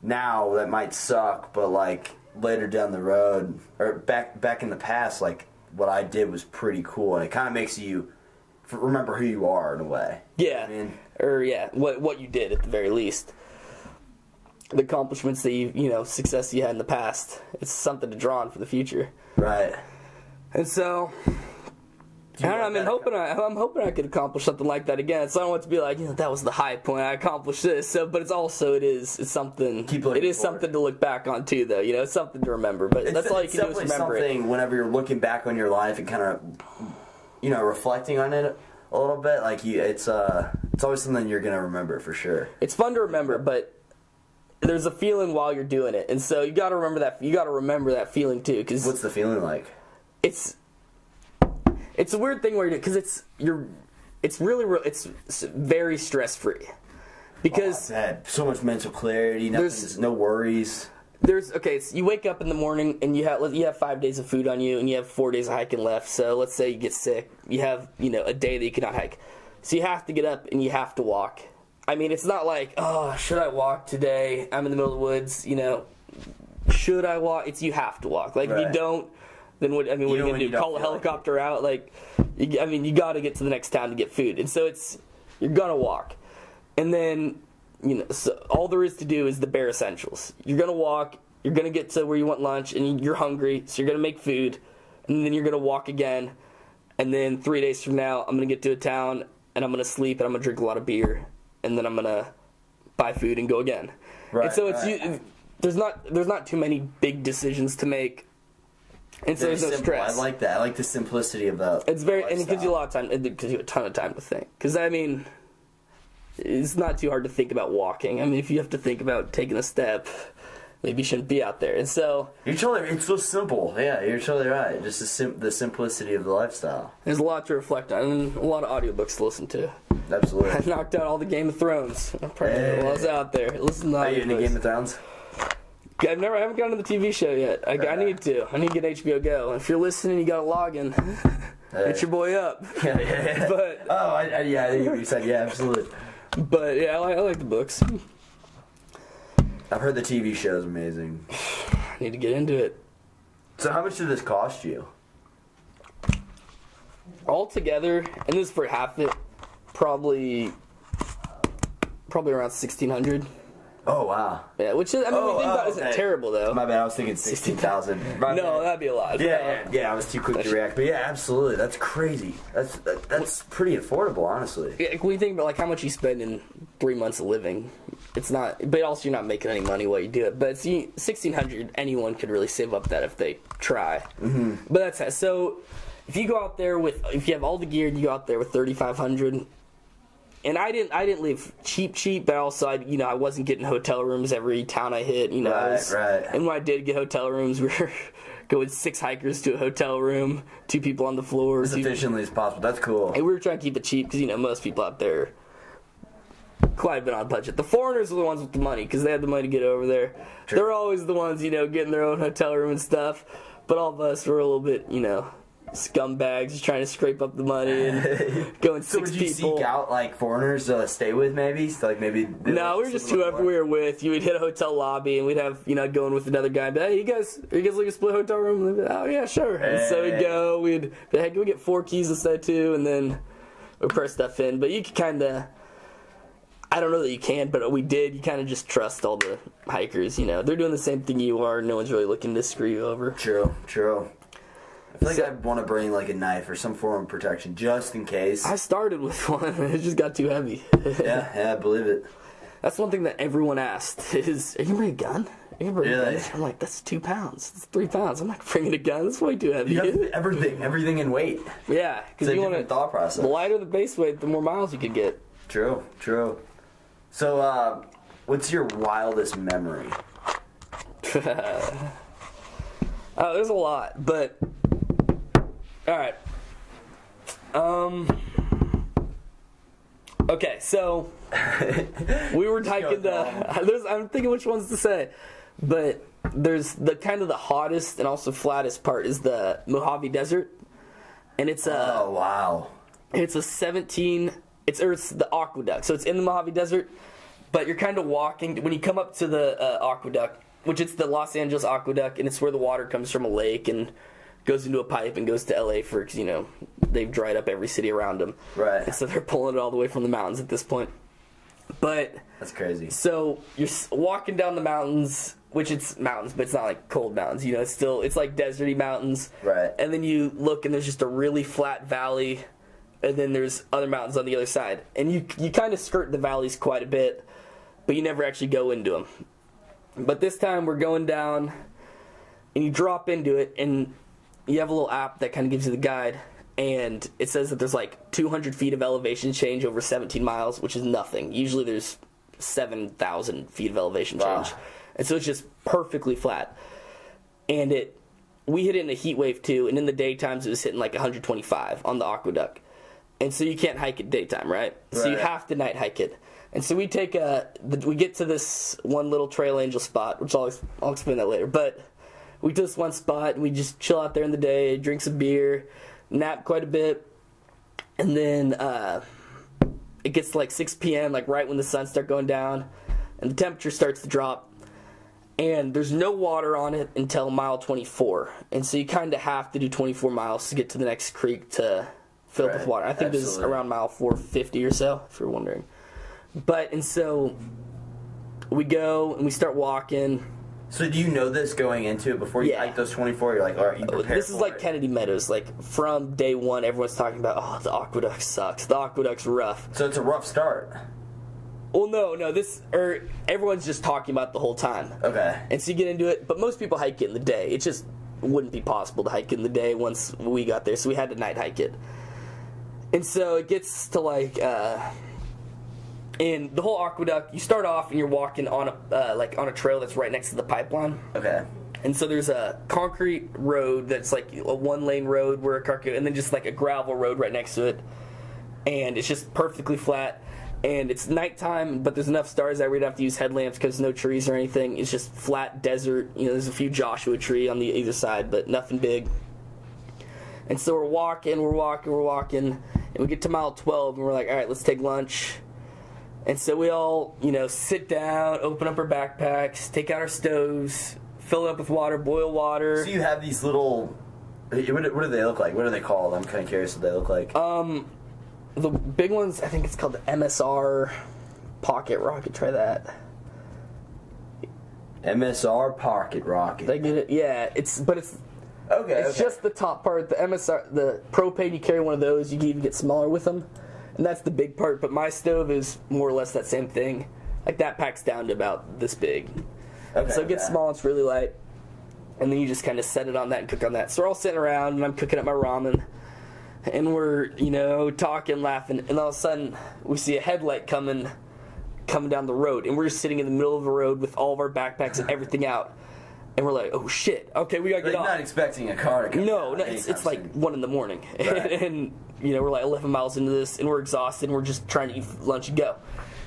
S2: Now that might suck, but like later down the road or back back in the past, like what I did was pretty cool, and it kind of makes you f- remember who you are in a way.
S3: yeah,
S2: I mean-
S3: or yeah, what what you did at the very least, the accomplishments that you you know success you had in the past. It's something to draw on for the future.
S2: Right.
S3: And so I don't know. I mean, hoping I, I'm hoping I could accomplish something like that again. So I don't want to be like, you know, that was the high point. I accomplished this. So, but it's also it is it's something.
S2: Keep looking
S3: it is
S2: forward.
S3: something to look back on too, though. You know, it's something to remember. But
S2: It's-
S3: that's all you
S2: it's
S3: can do is
S2: definitely
S3: remember it.
S2: something whenever you're looking back on your life and kind of you know reflecting on it a little bit like you it's uh it's always something you're gonna remember for sure
S3: It's fun to remember, but there's a feeling while you're doing it, and so you got to remember that. You got to remember that feeling too, because
S2: what's the feeling like
S3: it's it's a weird thing where because it's you're it's really re- it's s- very stress free because.
S2: I've had so much mental clarity nothing's, no worries
S3: there's okay. It's, you wake up in the morning and you have you have five days of food on you and you have four days of hiking left. So let's say you get sick, you have you know a day that you cannot hike, so you have to get up and you have to walk. I mean, it's not like oh, should I walk today? I'm in the middle of the woods. You know, should I walk? It's you have to walk. Like if you
S2: Right.
S3: don't, then what? I mean, what
S2: You
S3: are
S2: know when
S3: you gonna
S2: you
S3: do?
S2: don't
S3: Call a
S2: feel like it.
S3: helicopter out? Like, you, I mean, you got to get to the next town to get food, and so it's you're gonna walk, and then you know, so all there is to do is the bare essentials. You're gonna walk. You're gonna get to where you want lunch, and you're hungry, so you're gonna make food, and then you're gonna walk again, and then three days from now, I'm gonna get to a town, and I'm gonna sleep, and I'm gonna drink a lot of beer, and then I'm gonna buy food and go again.
S2: Right,
S3: And so it's
S2: right.
S3: you, there's not there's not too many big decisions to make, and so
S2: Very
S3: there's no
S2: simple.
S3: stress.
S2: i like that i like the simplicity of that
S3: it's very and it gives you a
S2: lifestyle.
S3: lot of time. It gives you a ton of time to think. Because I mean, it's not too hard to think about walking. I mean, if you have to think about taking a step, maybe you shouldn't be out there. And so
S2: you're totally it's so simple yeah you're totally right just the, sim- the simplicity of the lifestyle
S3: there's a lot to reflect on, and a lot of audiobooks to listen to.
S2: absolutely
S3: I knocked out all the Game of Thrones probably while I was out there. Listen to
S2: are you into
S3: audiobooks.
S2: game of thrones
S3: I've never, I haven't gotten to the TV show yet. I, I need to. I need to get HBO Go. If you're listening, you gotta log in. Get your boy up.
S2: yeah, yeah, yeah.
S3: But-
S2: oh I, I, yeah I think you said yeah absolutely
S3: But yeah, I like, I like the books. I
S2: i've heard the tv show is amazing
S3: need to get into it.
S2: So how much did this cost you?
S3: All together, and this is for half of it, probably, probably around sixteen hundred.
S2: Oh wow.
S3: Yeah, which is, I mean,
S2: Oh,
S3: we think about
S2: oh,
S3: it isn't
S2: okay.
S3: terrible though.
S2: My bad. I was thinking sixteen thousand.
S3: no, that'd be a lot.
S2: Yeah, yeah, yeah. I was too quick to react, but yeah, absolutely. That's crazy. That's that, that's pretty affordable, honestly.
S3: Yeah, like, when you think about like how much you spend in three months of living, it's not. But also, you're not making any money while you do it. But see, sixteen hundred, anyone could really save up that if they try. Mm-hmm. But that's so. if you go out there with if you have all the gear and you go out there with 3500 and I didn't I didn't live cheap cheap but also I you know I wasn't getting hotel rooms every town I hit you know I
S2: Right,
S3: was-
S2: right.
S3: and when I did get hotel rooms we were going six hikers to a hotel room two people on the floor
S2: as
S3: two-
S2: efficiently as possible. That's cool.
S3: and we were trying to keep it cheap because you know most people out there quite a bit on budget. The foreigners are the ones with the money because they had the money to get over there.
S2: True.
S3: They're always the ones you know getting their own hotel room and stuff. But all of us were a little bit you know scumbags just trying to scrape up the money and going
S2: So
S3: six
S2: would you
S3: people.
S2: seek out like foreigners to stay with maybe? So like maybe
S3: No, we were just
S2: too
S3: whoever we were with. You would hit a hotel lobby, and we'd have you know going with another guy. But hey, you guys, are you guys looking to split a hotel room? And they'd be, oh yeah, sure. And so we'd
S2: Hey.
S3: go. We'd be, hey, can we get four keys instead of two? And then we press stuff in. But you could kind of, I don't know that you can, but we did. You kind of just trust all the hikers. You know, they're doing the same thing you are. No one's really looking to screw you over.
S2: True, true. I feel like
S3: So-
S2: I'd want to bring like a knife or some form of protection just in case.
S3: I started with one. and It just got too heavy.
S2: yeah, yeah, I believe it.
S3: That's one thing that everyone asked is, "Are you bringing a gun? Are you bringing
S2: Really?
S3: a gun?" I'm like, "That's two pounds. That's three pounds. I'm not bringing a gun. That's way too heavy."
S2: You have to- everything, everything in weight.
S3: yeah,
S2: It's
S3: because
S2: a
S3: you
S2: different
S3: want to.
S2: thought process.
S3: The lighter the base weight, the more miles you could get.
S2: True, true. So, uh, what's your wildest memory?
S3: oh, there's a lot, but all right. Um. Okay, so we were hiking the. There's, I'm thinking which ones to say, but there's the kind of the hottest and also flattest part is the Mojave Desert, and it's uh, a
S2: Oh wow,
S3: it's a 17 it's or it's the aqueduct so it's in the mojave desert but you're kind of walking when you come up to the uh, aqueduct which it's the los angeles aqueduct and it's where the water comes from a lake and goes into a pipe and goes to la for 'cause, you know they've dried up every city around them
S2: Right.
S3: and so they're pulling it all the way from the mountains at this point but
S2: that's crazy.
S3: so you're s- walking down the mountains, which it's mountains, but it's not like cold mountains. You know, it's still it's like deserty mountains.
S2: Right.
S3: And then you look, and there's just a really flat valley, and then there's other mountains on the other side, and you you kind of skirt the valleys quite a bit, but you never actually go into them. But this time we're going down, and you drop into it, and you have a little app that kind of gives you the guide, and it says that there's like 200 feet of elevation change over 17 miles, which is nothing. Usually there's 7,000 feet of elevation
S2: Wow.
S3: change, and so it's just perfectly flat. And it, we hit it in a heat wave too, and in the daytimes it was hitting like 125 on the aqueduct, and so you can't hike it daytime, right? So you
S2: Right.
S3: have to night hike it. And so we take a, the, we get to this one little trail angel spot, which I'll, I'll explain that later. But we do this one spot and we just chill out there in the day, drink some beer, nap quite a bit, and then uh, it gets to like 6 p.m., like right when the sun starts going down, and the temperature starts to drop. And there's no water on it until mile 24, and so you kind of have to do 24 miles to get to the next creek to fill up with
S2: Right,
S3: water. I think this is
S2: absolutely.
S3: around mile 450 or so, if you're wondering. But and so we go and we start walking.
S2: So, do you know this going into it before you
S3: Yeah. Oh,
S2: hike those twenty four? You're like, all right, you prepare
S3: This is
S2: for
S3: like
S2: it.
S3: Kennedy Meadows. Like from day one, everyone's talking about, oh, the aqueduct sucks. The aqueduct's rough.
S2: So it's a rough start.
S3: Well, no, no, this or everyone's just talking about it the whole time.
S2: Okay.
S3: And so you get into it, but most people hike it in the day. It just wouldn't be possible to hike it in the day once we got there, so we had to night hike it. And so it gets to like, uh, and the whole aqueduct. You start off and you're walking on a uh, like on a trail that's right next to the pipeline.
S2: Okay.
S3: And so there's a concrete road that's like a one lane road where a car could, and then just like a gravel road right next to it. And it's just perfectly flat. And it's nighttime, but there's enough stars that we'd have to use headlamps because no trees or anything. It's just flat desert. You know, there's a few Joshua tree on the either side, but nothing big. And so we're walking, we're walking, we're walking, and we get to mile 12, and we're like, all right, let's take lunch. And so we all, you know, sit down, open up our backpacks, take out our stoves, fill it up with water, boil water.
S2: So you have these little. What, what do they look like? What are they called? I'm kind of curious what they look like.
S3: Um, the big ones, I think it's called the MSR Pocket Rocket. Try that.
S2: MSR Pocket Rocket.
S3: Did I get it? Yeah, it's but it's
S2: okay.
S3: it's
S2: okay.
S3: just the top part. The MSR, the propane. You carry one of those. You can even get smaller with them, and that's the big part. But my stove is more or less that same thing. Like that packs down to about this big.
S2: Okay,
S3: So it gets
S2: okay.
S3: small, it's really light. And then you just kind of set it on that and cook on that. So we're all sitting around, and I'm cooking up my ramen. and we're you know talking, laughing, and all of a sudden we see a headlight coming, coming down the road, and we're just sitting in the middle of the road with all of our backpacks and everything out, and we're like, oh shit, okay, we gotta
S2: Like,
S3: get
S2: not
S3: off.
S2: expecting a car to come.
S3: No,
S2: down
S3: no, it's,
S2: anytime
S3: it's like
S2: soon.
S3: one in the morning,
S2: Right.
S3: and you know we're like eleven miles into this, and we're exhausted, and we're just trying to eat lunch and go,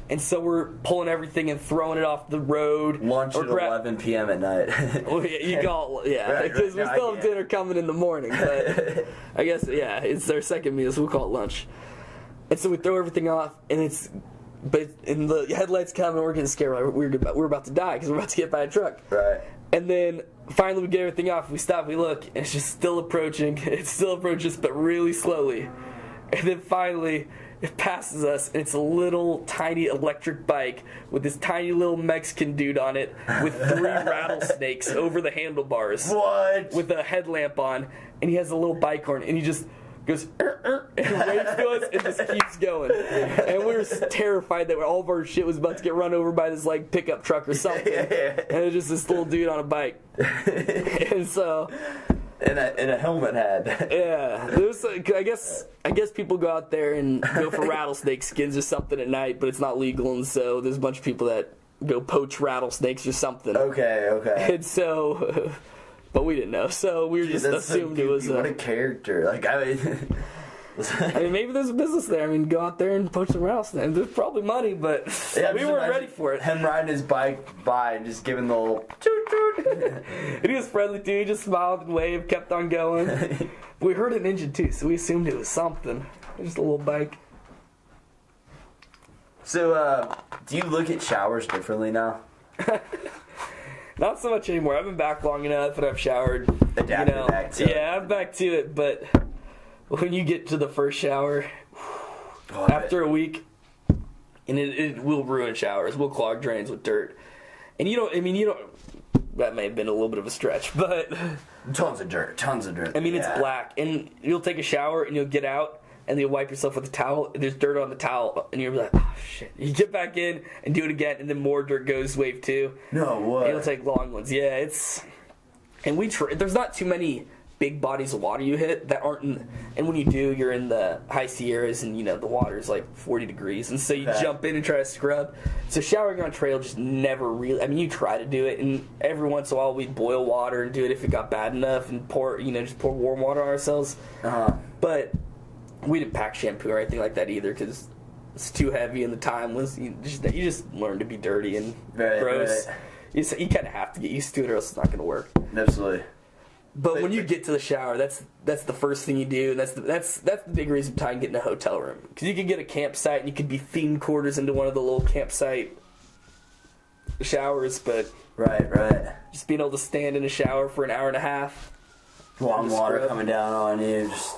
S3: and so we're pulling everything and throwing it off the road.
S2: lunch
S3: or
S2: at
S3: gra-
S2: 11 p.m. at night.
S3: Well, yeah, you call, yeah,
S2: Right,
S3: because
S2: right, no,
S3: we still
S2: I
S3: have
S2: get it.
S3: dinner coming in the morning. But I guess yeah, it's their second meal, so we'll call it lunch. And so we throw everything off, and it's, but and the headlights come, and we're getting scared. We're like, we're about, we're about to die because we're about to get by a truck.
S2: right.
S3: And then finally we get everything off. We stop. We look, and it's just still approaching. It still approaches, but really slowly. And then finally, it passes us, and it's a little tiny electric bike with this tiny little Mexican dude on it with three rattlesnakes over the handlebars
S2: What?
S3: with a headlamp on, and he has a little bike horn, and he just goes "Er, er," and waves to us and just keeps going. And we were s- terrified that all of our shit was about to get run over by this like pickup truck or something. And it was just this little dude on a bike. and so,
S2: and, a, and a helmet had.
S3: yeah, there's like, I guess I guess people go out there and go for rattlesnake skins or something at night, but it's not legal, and so there's a bunch of people that go poach rattlesnakes or something.
S2: okay, okay.
S3: And so, but we didn't know, so we were just
S2: That's so
S3: assumed it was.
S2: goofy.
S3: a-
S2: what a character. Like, I mean.
S3: I mean, maybe there's a business there. I mean, go out there and poach some rattlesnakes. There's probably money, but
S2: Yeah,
S3: we
S2: just
S3: weren't
S2: imagine
S3: ready for it.
S2: Him riding his bike by and just giving the little toot toot.
S3: And he was friendly too. He just smiled and waved, kept on going. we heard an engine too, so we assumed it was something. Just a little bike.
S2: so, uh, do you look at showers differently now?
S3: Not so much anymore. I've been back long enough, and I've showered.
S2: Adapted
S3: you know,
S2: back to it.
S3: yeah, I'm back to it. But when you get to the first shower
S2: Oh, I
S3: after a week, and it, it will ruin showers, will clog drains with dirt, and you don't. I mean, you don't. That may have been a little bit of a stretch, but.
S2: bet. tons of dirt, tons of dirt.
S3: I mean,
S2: Yeah.
S3: it's black, and you'll take a shower and you'll get out and you'll wipe yourself with a towel. And there's dirt on the towel, and you're like, oh shit. You get back in and do it again, and then more dirt goes wave two.
S2: No
S3: And it'll
S2: what?
S3: take long ones. Yeah, it's. And we tr- there's not too many big bodies of water you hit that aren't in. And when you do, you're in the high Sierras, and you know the water's like 40 degrees, and so you
S2: Okay.
S3: jump in and try to scrub. So showering on trail just never really. I mean, you try to do it, and every once in a while we'd boil water and do it if it got bad enough, and pour you know just pour warm water on ourselves.
S2: Uh,
S3: But we didn't pack shampoo or anything like that either because it's too heavy, and the time was you just you just learn to be dirty and
S2: Right,
S3: gross.
S2: right.
S3: You s- you kind of have to get used to it, or else it's not going to work.
S2: absolutely.
S3: But when you get to the shower, that's that's the first thing you do, and that's the, that's that's the big reason behind getting a hotel room because you could get a campsite and you could be themed quarters into one of the little campsite showers, but
S2: Right, right.
S3: just being able to stand in a shower for an hour and a half,
S2: Warm
S3: Just
S2: water
S3: scrub.
S2: coming down on you, just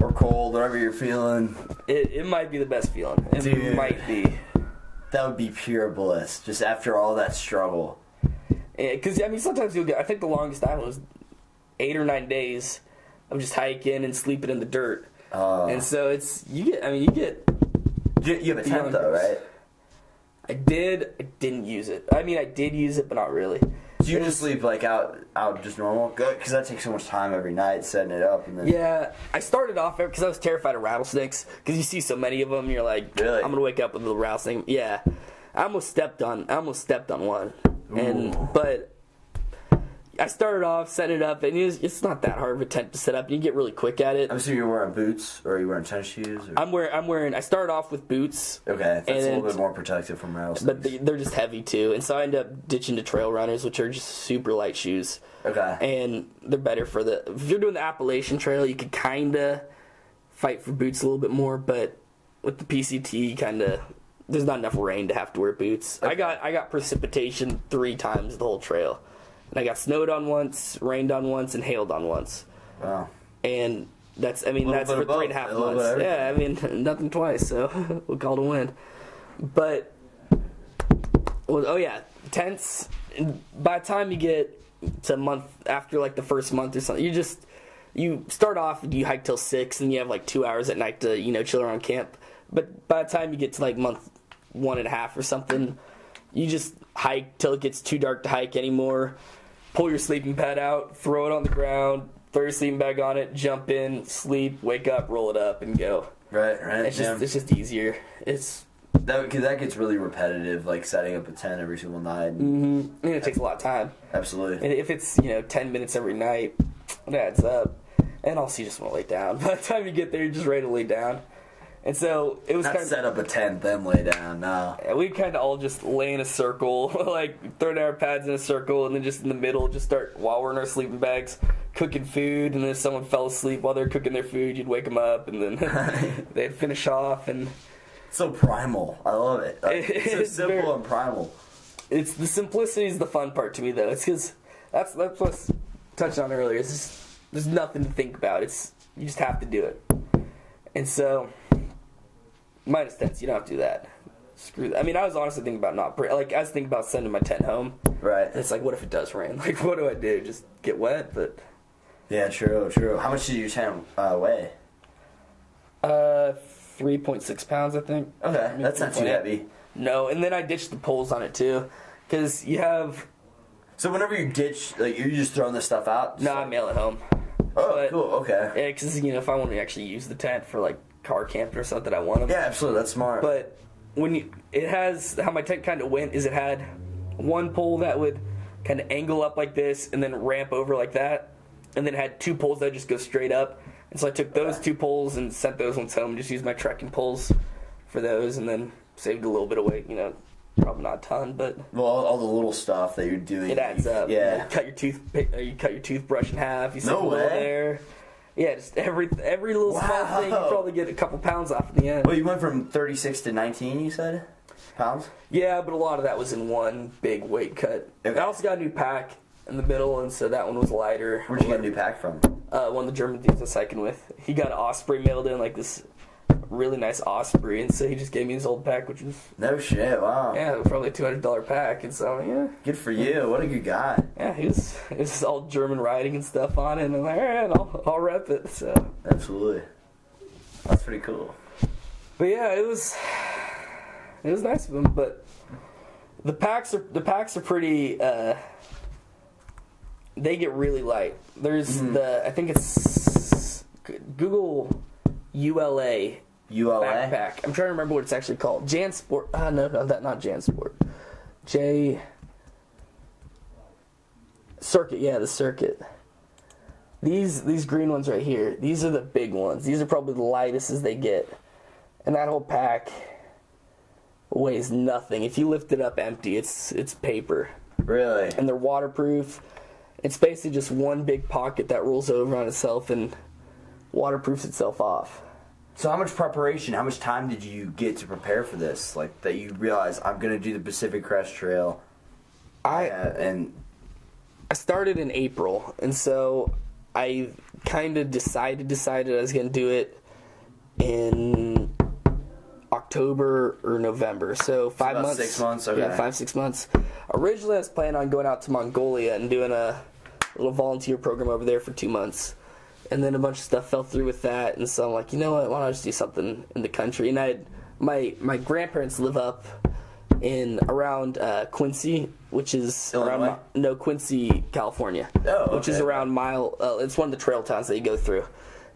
S2: or cold, whatever you're feeling.
S3: it, it might be the best feeling. It
S2: Dude.
S3: might be.
S2: That would be pure bliss. Just after all that struggle.
S3: Because Eh, I mean, sometimes you'll get. I think the longest I went was eight or nine days of just hiking and sleeping in the dirt.
S2: Uh,
S3: and so it's you get. I mean, you get.
S2: you, you have a tent though, right?
S3: I did. I didn't use it. I mean, I did use it, but not really.
S2: Do you just sleep like out, out just normal? Because that takes so much time every night setting it up and then.
S3: Yeah, I started off because I was terrified of rattlesnakes because you see so many of them. You're like,
S2: Really?
S3: I'm gonna wake up with a rattlesnake. Yeah, I almost stepped on. I almost stepped on one, and
S2: Ooh.
S3: but I started off setting it up, and it's, it's not that hard of a tent to set up. You get really quick at it.
S2: I'm assuming you're wearing boots or you're wearing tennis shoes. Or...
S3: I'm wearing. I'm wearing. I started off with boots,
S2: Okay, that's a
S3: And
S2: little
S3: it's-
S2: bit more protective from rattlesnakes.
S3: but they, they're just heavy too, and so I end up ditching to trail runners, which are just super light shoes.
S2: Okay.
S3: And they're better for the. If you're doing the Appalachian Trail, you could kinda fight for boots a little bit more, but with the PCT, kinda there's not enough rain to have to wear boots. I got I got precipitation three times the whole trail, and I got snowed on once, rained on once, and hailed on once,
S2: wow.
S3: and. That's I mean
S2: Little
S3: that's
S2: bit
S3: for
S2: of both,
S3: three and a half
S2: a little bit of
S3: months.
S2: everything.
S3: Yeah, I mean nothing twice, so we'll call it a win. But well, oh yeah, tense. And By the time you get to a month after like the first month or something, you just you start off you hike till six and you have like two hours at night to you know chill around camp. But by the time you get to like month one and a half or something, you just hike till it gets too dark to hike anymore. Pull your sleeping pad out, throw it on the ground, throw steam bag on it, jump in, sleep, wake up, roll it up, and go.
S2: Right, right.
S3: It's just
S2: yeah.
S3: it's just easier. It's
S2: that because that gets really repetitive, like setting up a tent every single night.
S3: mm, I mean, it takes a lot of time.
S2: Mm-hmm. Absolutely.
S3: And if it's you know ten minutes every night, it adds up. And also, you just want to lay down. By the time you get there, you're just ready to lay down. And so it was
S2: Not
S3: kind of
S2: set up a tent, then lay down. No.
S3: Yeah, we kind of all just lay in a circle, like throw down our pads in a circle, and then just in the middle, just start while we're in our sleeping bags cooking food. And then if someone fell asleep while they're cooking their food, you'd wake them up, and then they'd finish off. And
S2: It's so primal. I love it. Like, it's so
S3: It's
S2: simple
S3: very-
S2: and primal.
S3: it's the simplicity is the fun part to me, though. It's because that's that's what's touched on earlier. It's just there's nothing to think about. It's you just have to do it. And so, minus tents, you don't have to do that. Screw that. I mean, I was honestly thinking about not br- like I was thinking about sending my tent home.
S2: Right.
S3: It's like, what if it does rain? Like, what do I do? Just get wet? But
S2: Yeah. True. True. How much did your tent uh, weigh?
S3: uh, three point six pounds, I think.
S2: Okay,
S3: Maybe
S2: that's not too
S3: 3.8.
S2: heavy.
S3: No, and then I ditched the poles on it too, because you have
S2: So whenever you ditch, like you're just throwing this stuff out. Just
S3: no, I
S2: like,
S3: mail it home.
S2: oh,
S3: but-
S2: cool. Okay. Yeah.
S3: Yeah, because you know if I want to actually use the tent for like car camping or something, I want them.
S2: absolutely. That's smart.
S3: But when you, it has how my tent kind of went is it had one pole that would kind of angle up like this and then ramp over like that, and then it had two poles that just go straight up. And so I took those two poles and sent those ones home. Just used my trekking poles for those, and then saved a little bit of weight. You know, probably not a ton, but
S2: well, all, all the little stuff that you're doing,
S3: it adds up.
S2: Yeah.
S3: You cut your toothpick, uh, you cut your toothbrush in half. You save
S2: No
S3: a
S2: way.
S3: little there. Yeah, just every every little small thing, you
S2: Wow.
S3: probably get a couple pounds off in the end.
S2: Well, you went from 36 to 19. You said pounds.
S3: Yeah, but a lot of that was in one big weight cut.
S2: Okay.
S3: I also got a new pack in the middle, and so that one was lighter.
S2: Where'd you get a new pack from?
S3: Uh, one of the German dudes I was hiking with. He got an Osprey mailed in, like this really nice Osprey, and so he just gave me his old pack, which was,
S2: No shit. Wow.
S3: yeah, probably a $200 pack. And so, yeah,
S2: Good for you. What a good guy.
S3: yeah, he was, it was all German writing and stuff on it, and I'm like, all right, I'll, I'll rep it. So,
S2: Absolutely. That's pretty cool.
S3: but yeah, it was, it was nice of him, but the packs are, the packs are pretty, uh, they get really light. There's the I think it's Google ULA
S2: ULA.
S3: backpack. I'm trying to remember what it's actually called. JanSport. Ah, no, no, that not JanSport. J Circuit. Yeah, the Circuit. These these green ones right here. These are the big ones. These are probably the lightest as they get. And that whole pack weighs nothing. If you lift it up empty, it's it's paper
S2: Really?
S3: and they're waterproof. It's basically just one big pocket that rolls over on itself and waterproofs itself off.
S2: So how much preparation, how much time did you get to prepare for this? Like that you realize I'm gonna do the Pacific Crest Trail, uh,
S3: I
S2: and
S3: I started in April, and so I kind of decided decided I was going to do it in October or November. So five
S2: about
S3: months,
S2: six months,
S3: yeah,
S2: okay.
S3: five six months. Originally, I was planning on going out to Mongolia and doing a little volunteer program over there for two months, and then a bunch of stuff fell through with that, and so I'm like, you know what? Why don't I just do something in the country? And I had, my my grandparents live up in around uh, Quincy, which is around.
S2: Illinois?
S3: my- no, Quincy, California.
S2: Oh,
S3: Which is
S2: okay.
S3: around mile. Uh, it's one of the trail towns that you go through,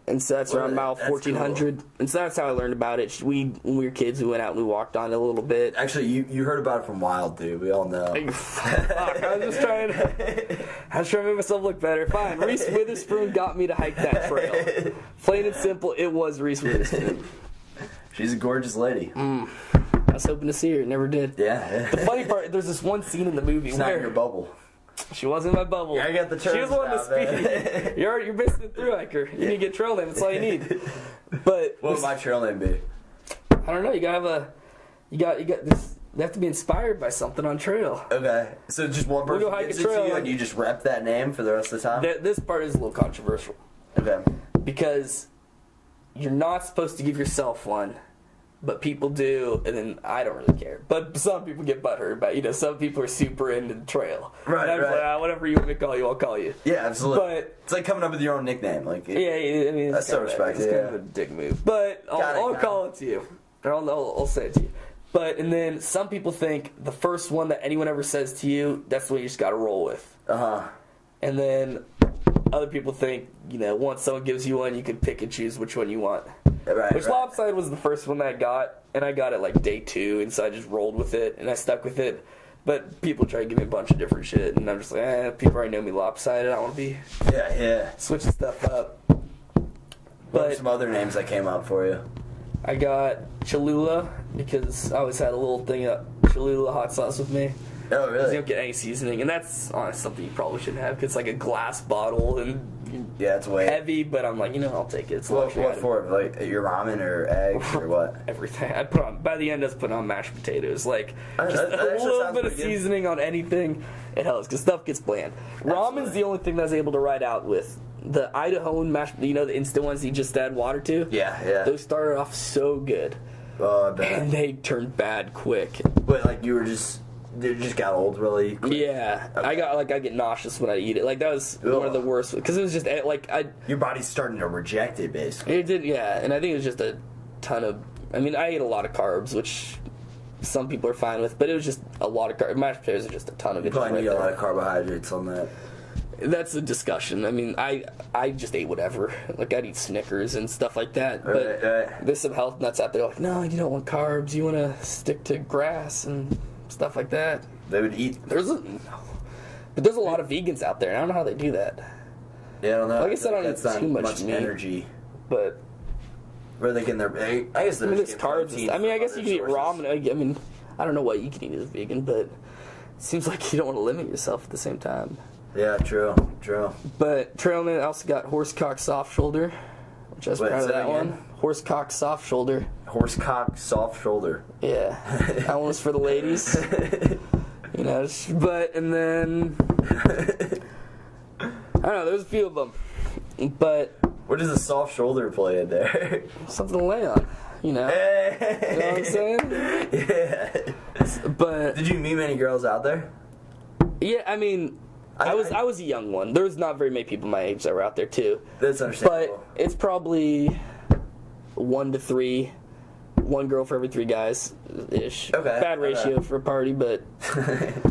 S3: and so that's around
S2: Well,
S3: mile
S2: that's
S3: fourteen hundred. And so that's how I learned about it. We when we were kids, we went out and we walked on it a little bit.
S2: actually you, you heard about it from Wild, dude. We all know.
S3: Fuck, I was just trying. To, I was trying to make myself look better. Fine, Reese Witherspoon got me to hike that trail. Plain and simple, it was Reese Witherspoon.
S2: She's a gorgeous lady.
S3: Mm. I was hoping to see her, never did.
S2: Yeah.
S3: The funny part, there's this one scene in the movie
S2: It's not in
S3: where
S2: your bubble.
S3: She was in my bubble.
S2: I got the
S3: She was
S2: terms
S3: the one to
S2: now, man.
S3: speak. you're you're basically a through hiker. You need to get trail name. That's all you need. But
S2: What would my trail name be?
S3: I don't know. You gotta have a. You got you got this. They have to be inspired by something on trail.
S2: Okay. So just one
S3: go
S2: person
S3: hike
S2: gives
S3: a
S2: it to
S3: trail.
S2: you and you just rep that name for the rest of the time?
S3: Th- This part is a little controversial
S2: okay.
S3: because you're not supposed to give yourself one, but people do, and then I don't really care. But some people get butthurt about you know some people are super into the trail.
S2: Right,
S3: And I'm just
S2: right.
S3: like, ah, whatever you want me to call you, I'll call you.
S2: Yeah, absolutely.
S3: But-
S2: it's like coming up with your own nickname. Like it-
S3: Yeah, yeah, I mean,
S2: That's
S3: it's
S2: so
S3: kind of a-
S2: respected,
S3: It's kind
S2: yeah.
S3: of a dick move, but I'll,
S2: Got it,
S3: I'll
S2: got
S3: call it to you. Or I'll, I'll, I'll say it to you. But and then some people think the first one that anyone ever says to you, that's the one you just got to roll with.
S2: Uh-huh.
S3: And then Other people think, you know, once someone gives you one, you can pick and choose which one you want.
S2: Right.
S3: Which
S2: right.
S3: Lopside was the first one that I got, and I got it like day two, and so I just rolled with it, and I stuck with it. But people try to give me a bunch of different shit, and I'm just like, eh, people already know me lopsided. I want to be
S2: Yeah, yeah.
S3: switching stuff up.
S2: What were
S3: But
S2: some other names that came up for you?
S3: I got Cholula because I always had a little thing up Cholula hot sauce with me.
S2: Oh,
S3: 'Cause You
S2: really?
S3: don't get any seasoning, and that's honestly something you probably shouldn't have because it's like a glass bottle and
S2: Yeah, it's way.
S3: heavy. But I'm like, you know, I'll take it. It's a
S2: What,
S3: luxury
S2: what
S3: item.
S2: for? Like your ramen or eggs or what?
S3: everything. I put on by the end, I was putting on mashed potatoes. Like
S2: Uh,
S3: just
S2: that- that
S3: a
S2: actually
S3: little
S2: sounds
S3: bit of
S2: pretty good.
S3: seasoning on anything, it helps because stuff gets bland. Ramen's
S2: Absolutely.
S3: the only thing that's able to ride out with the Idahoan mashed. You know the instant ones you just add water to.
S2: Yeah, yeah.
S3: Those started off so good,
S2: oh, I bet.
S3: and they turned bad quick.
S2: But like you were just, they just got old really. Quick.
S3: Yeah, I got like I get nauseous when I eat it. Like that was one of the
S2: Ugh.
S3: worst because it was just eh, like I
S2: Your body's starting to reject it, basically.
S3: It did, yeah, and I think it was just a ton of. I mean, I ate a lot of carbs, which some people are fine with, but it was just a lot of carbs. Mashed potatoes are just a ton of it.
S2: You probably
S3: right
S2: need a
S3: there.
S2: lot of carbohydrates on that.
S3: That's a discussion. I mean, I I just ate whatever. Like I'd eat Snickers and stuff like that. But
S2: Right, right.
S3: there's some health nuts out there like, no, you don't want carbs. You want to stick to grass and stuff like that.
S2: They would eat.
S3: There's a no. But there's a lot of vegans out there, and I don't know how they do that.
S2: Yeah, I don't know.
S3: Like I said, I don't
S2: That's
S3: eat
S2: not
S3: too much meat.
S2: energy.
S3: But
S2: Where they can their. I guess
S3: I
S2: they're
S3: mean,
S2: just
S3: there's
S2: getting
S3: carbs.
S2: protein
S3: I mean, I
S2: from
S3: guess you
S2: other
S3: can eat
S2: sources.
S3: ramen. I, I mean, I don't know what you can eat as a vegan, but it seems like you don't want to limit yourself at the same time.
S2: Yeah, true, true.
S3: But trailman I also got horsecock soft shoulder, which I was
S2: Wait,
S3: proud of
S2: say that
S3: that one.
S2: again?
S3: Horsecock soft shoulder.
S2: Horsecock soft shoulder.
S3: Yeah, that one was for the ladies. You know, sh- but and then I don't know. There's a few of them, but
S2: What does a soft shoulder play in there?
S3: something to lay on. You know,
S2: hey.
S3: you know what I'm saying?
S2: Yeah.
S3: But
S2: Did you meet many girls out there?
S3: yeah, I mean, I, was I, was a young one. There was not very many people my age that were out there too.
S2: That's
S3: But
S2: understandable.
S3: it's probably one to three, one girl for every three guys ish.
S2: Okay,
S3: Bad ratio
S2: okay.
S3: for a party, but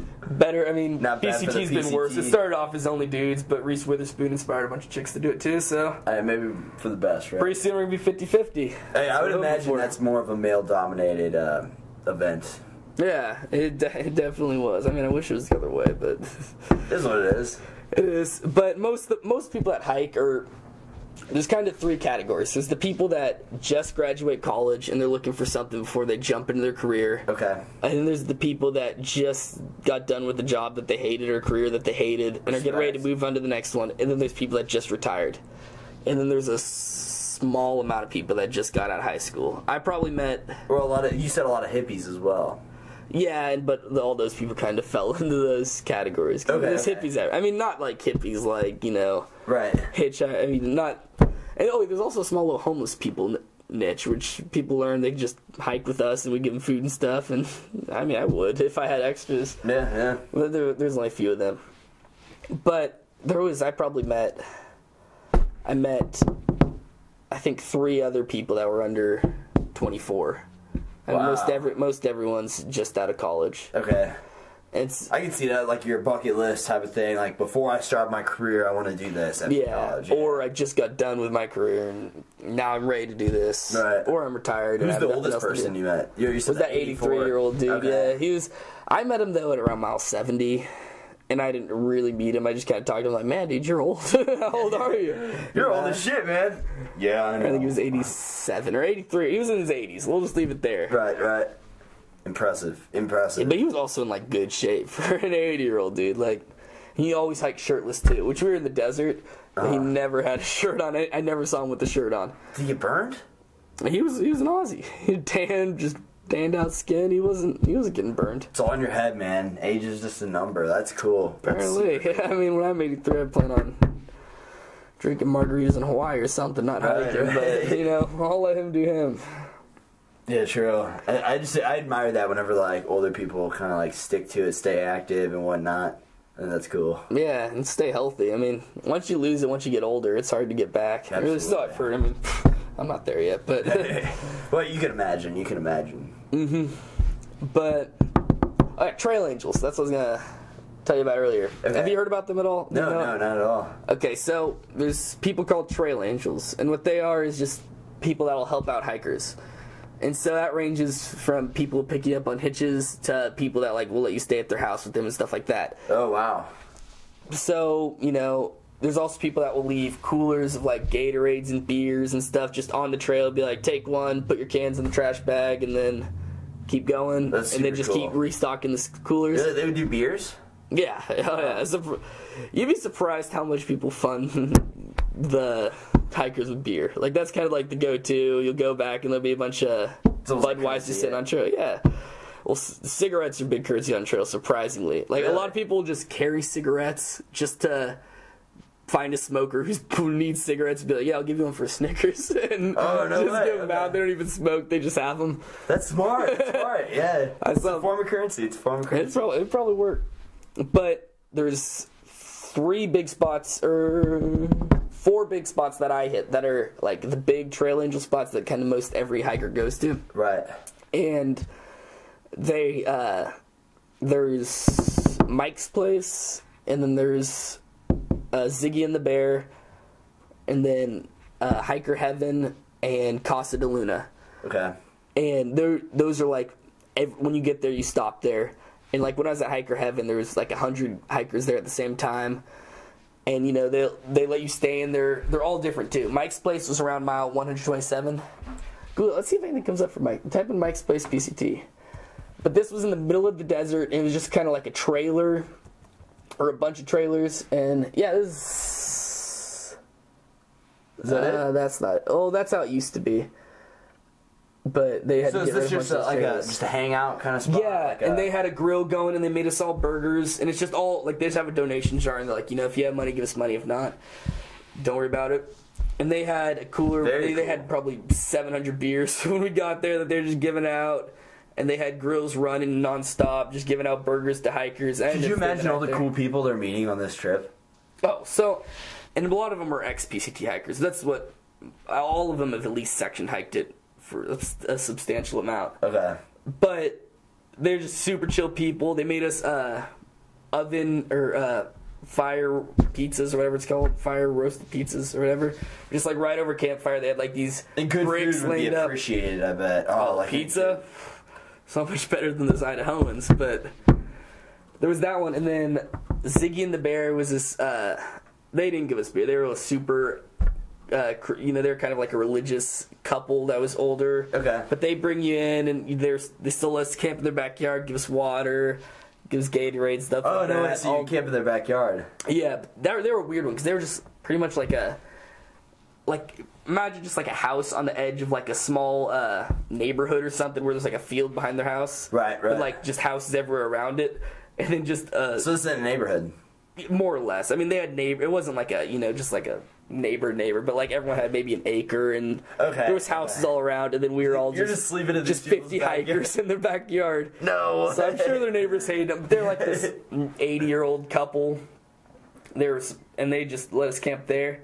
S3: better. I mean,
S2: Not bad for the
S3: PCT's been worse. It
S2: PCT.
S3: started off as only dudes, but Reese Witherspoon inspired a bunch of chicks to do it too. So
S2: Uh, maybe for the best, right?
S3: pretty soon we're gonna be 50-50.
S2: hey, I
S3: That's what
S2: would
S3: we're hoping
S2: imagine
S3: for.
S2: that's more of a male-dominated uh, event.
S3: yeah. It, de- it definitely was. I mean, I wish it was the other way, but
S2: This is what it is.
S3: It is, but most most people that hike are there's kind of three categories. There's the people that just graduate college and they're looking for something before they jump into their career.
S2: Okay.
S3: And then there's the people that just got done with the job that they hated or career that they hated and are getting ready to
S2: Respect.
S3: move on to the next one. And then there's people that just retired. And then there's a s- small amount of people that just got out of high school. I probably met
S2: Well, a lot of you said a lot of hippies as well.
S3: yeah, and but the, all those people kind of fell into those categories. 'Cause
S2: Okay,
S3: there's
S2: okay.
S3: hippies. There. I mean, not like hippies, like you know,
S2: Right.
S3: hitchhike. I mean, not. And oh, there's also a small little homeless people n- niche, which people learn they can just hike with us, and we give them food and stuff. And I mean, I would if I had extras.
S2: Yeah, yeah.
S3: But there, there's only a few of them. But there was, I probably met, I met, I think three other people that were under 24. And
S2: Wow.
S3: most every most everyone's just out of college.
S2: Okay.
S3: It's
S2: I can see that like your bucket list type of thing. Like before I start my career, I want to do this. After
S3: yeah,
S2: College.
S3: or I just got done with my career and now I'm ready to do this,
S2: Right.
S3: or I'm retired. and
S2: who's
S3: I have
S2: the
S3: nothing
S2: oldest
S3: else to do.
S2: person you met? You, you said
S3: was that 83 year old dude.
S2: Okay.
S3: Yeah, he was. I met him though at around mile 70, and I didn't really meet him. I just kind of talked to him like, "Man, dude, you're old. How old are you?"
S2: You're old as shit, man. Yeah, I know.
S3: I think he was 87 or 83. He was in his 80s. We'll just leave it there.
S2: Right, right. Impressive, impressive.
S3: But he was also in like good shape for an 80 year old dude. Like he always hiked shirtless too, which we were in the desert. But
S2: Ah.
S3: he never had a shirt on. I, I never saw him with a shirt on.
S2: Did he get burned?
S3: And He was he was an Aussie. He had tan, just tanned out skin. He wasn't he wasn't getting burned.
S2: It's all in your head, man. Age is just a number. That's cool.
S3: Apparently, I mean, when I'm 83, I plan on drinking margaritas in Hawaii or something, not
S2: Right,
S3: hiking.
S2: right.
S3: But you know, I'll let him do him.
S2: Yeah, true. I, I just I admire that whenever like older people kind of like stick to it, stay active and whatnot, and that's cool.
S3: Yeah, and stay healthy. I mean, once you lose it, once you get older, it's hard to get back. I mean, It's not
S2: Absolutely.
S3: for. I mean, I'm not there yet, but
S2: Well, you can imagine. You can imagine.
S3: but all right, Trail Angels. That's what I was gonna tell you about earlier.
S2: Okay.
S3: Have you heard about them at all?
S2: No, no, not at all.
S3: Okay, so there's people called trail angels, and what they are is just people that'll help out hikers. And so that ranges from people picking up on hitches to people that like will let you stay at their house with them and stuff like that.
S2: Oh wow.
S3: So, you know, there's also people that will leave coolers of like Gatorades and beers and stuff just on the trail, be like, take one, put your cans in the trash bag, and then keep going.
S2: That's
S3: and then
S2: super
S3: just keep
S2: cool.
S3: restocking the s- coolers.
S2: Really, they would do beers.
S3: Yeah, oh yeah. it's a- you'd be surprised how much people fund the hikers with beer. Like that's kind of like the go-to. You'll go back and there'll be a bunch of
S2: almost like
S3: Budweiser
S2: currency,
S3: sitting
S2: yeah.
S3: on trail. Yeah. Well, c- cigarettes are big currency on trail. Surprisingly, like a
S2: Really?
S3: lot of people just carry cigarettes just to find a smoker who's, who needs cigarettes. And be like, yeah, I'll give you one for Snickers, and
S2: Oh, no
S3: just
S2: way,
S3: give them
S2: okay.
S3: out. They don't even smoke. They just have them.
S2: That's smart. That's smart. Yeah.
S3: I
S2: It's
S3: saw-
S2: a form of currency. It's a form of
S3: It
S2: currency.
S3: probably it probably worked, but there's three big spots or four big spots that I hit that are like the big trail angel spots that kind of most every hiker goes to,
S2: Right.
S3: and they uh, there's Mike's place, and then there's uh, Ziggy and the Bear, and then uh, Hiker Heaven and Casa de Luna
S2: Okay.
S3: and there those are like ev- when you get there you stop there and like when i was at hiker heaven there was like a 100 hikers there at the same time and you know they they let you stay in there they're all different too mike's place was around mile 127 Google, let's see if anything comes up for mike type in mike's place pct but this was in the middle of the desert and it was just kind of like a trailer or a bunch of trailers and yeah this is
S2: Is that it?
S3: uh, that's not oh that's how it used to be but they had
S2: So
S3: to
S2: is
S3: get
S2: this
S3: rid of
S2: just
S3: a
S2: a,
S3: bunch of
S2: like a
S3: trailers.
S2: just a hangout kind of spot?
S3: Yeah,
S2: Like a-
S3: and they had a grill going, and they made us all burgers, and it's just all like they just have a donation jar, and they're like, you know, if you have money, give us money. If not, don't worry about it. And they had a cooler.
S2: Very
S3: They, they
S2: cool.
S3: had probably 700 beers when we got there that they're just giving out, and they had grills running nonstop, just giving out burgers to hikers. I
S2: Could
S3: ended
S2: you
S3: up staying
S2: imagine
S3: out
S2: all the
S3: there.
S2: cool people they're meeting on this trip?
S3: Oh, so, and a lot of them are ex PCT hikers. That's what all of them have at least section hiked it for a, a substantial amount
S2: Okay.
S3: but they're just super chill people. They made us uh, oven or uh, fire pizzas or whatever it's called, fire roasted pizzas or whatever. Just like right over campfire, they had like these
S2: And good
S3: bricks
S2: food would be
S3: laid up.
S2: appreciated, I bet. Oh,
S3: Oh,
S2: like
S3: pizza, so much better than those Idahoans. But there was that one, and then Ziggy and the Bear was this. Uh, they didn't give us beer. They were a super. Uh, cr- you know they're kind of like a religious couple that was older.
S2: Okay.
S3: But they bring you in and there's they still let us camp in their backyard, give us water, give us Gatorade stuff.
S2: Oh
S3: like
S2: no!
S3: that.
S2: So you
S3: All-
S2: can camp in their backyard.
S3: yeah, but they were, they were a weird one because they were just pretty much like a like imagine just like a house on the edge of like a small uh, neighborhood or something where there's like a field behind their house,
S2: Right, right.
S3: With, like just houses everywhere around it, and then just uh,
S2: So this is in a neighborhood.
S3: more or less. I mean, they had neighbor. It wasn't like a you know just like a neighbor neighbor, but like everyone had maybe an acre and
S2: Okay,
S3: there was houses
S2: okay.
S3: all around, and then we were all
S2: You're
S3: just
S2: just sleeping in these
S3: just
S2: people's
S3: fifty
S2: backyard.
S3: hikers in their backyard.
S2: No.
S3: So I'm sure their neighbors hated them. They're like this 80 year old couple. There's and they just let us camp there.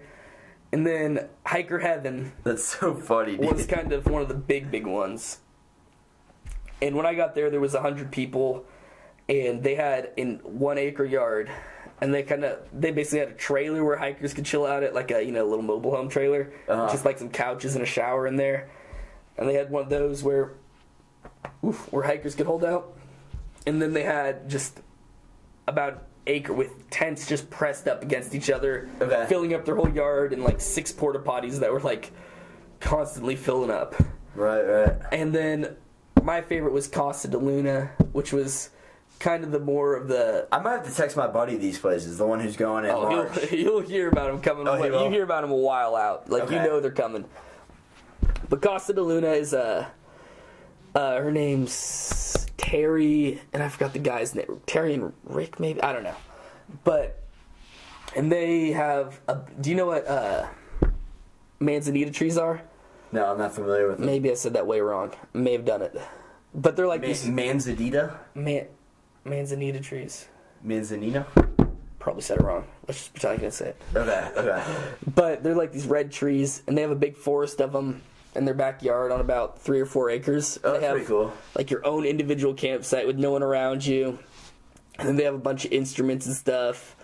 S3: And then Hiker Heaven
S2: That's so funny, dude.
S3: was kind of one of the big big ones. And when I got there, there was hundred people, and they had in one acre yard, and they kind of they basically had a trailer where hikers could chill out at, like a you know little mobile home trailer,
S2: Uh-huh.
S3: just like some couches and a shower in there, and they had one of those where, oof, where hikers could hold out, and then they had just about acre with tents just pressed up against each other,
S2: Okay.
S3: filling up their whole yard, and like six porta potties that were like constantly filling up.
S2: Right, right.
S3: And then my favorite was Costa de Luna, which was kind of the more of the.
S2: I might have to text my buddy these places. The one who's going in
S3: Oh,
S2: March.
S3: you'll, you'll hear about them coming.
S2: Oh, he will?
S3: you hear about them a while out. Like you
S2: Okay.
S3: know they're coming. But Costa de Luna is uh, uh, her name's Terry, and I forgot the guy's name. Terry and Rick, maybe I don't know. But and they have. A, do you know what uh, manzanita trees are?
S2: No, I'm not familiar with it.
S3: Maybe I said that way wrong. May have done it. But they're like
S2: Ma-
S3: these
S2: Manzanita?
S3: Man, manzanita trees.
S2: Manzanita?
S3: Probably said it wrong. Let's just pretend I didn't say it.
S2: Okay, okay.
S3: But they're like these red trees, and they have a big forest of them in their backyard on about three or four acres.
S2: Oh,
S3: they
S2: that's
S3: have
S2: pretty cool.
S3: like your own individual campsite with no one around you. And then they have a bunch of instruments and stuff.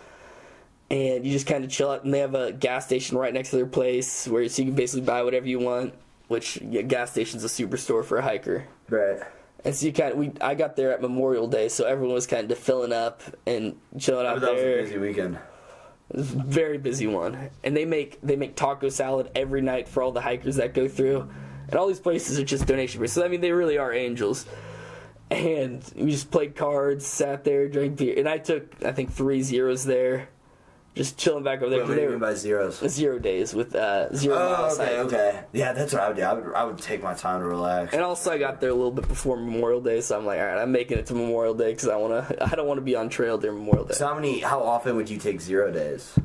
S3: And you just kind of chill out. And they have a gas station right next to their place where so you can basically buy whatever you want. Which yeah, gas station's a superstore for a hiker.
S2: Right.
S3: And so you kind of we I got there at Memorial Day, so everyone was kind of filling up and chilling out
S2: Oh, That was
S3: there.
S2: a busy weekend.
S3: very busy one and they make they make taco salad every night for all the hikers that go through and all these places are just donation based so i mean they really are angels and we just played cards sat there drank beer and i took i think three zeros there just chilling back over there
S2: What do
S3: They
S2: you
S3: were
S2: mean by zeros?
S3: zero days with uh zero
S2: Oh,
S3: miles
S2: okay,
S3: hiked.
S2: okay. Yeah, that's what I would do. I would, I would take my time to relax.
S3: and also i got there a little bit before memorial day so i'm like all right i'm making it to memorial day because i want to i don't want to be on trail during memorial day
S2: So how many? How often would you take zero days?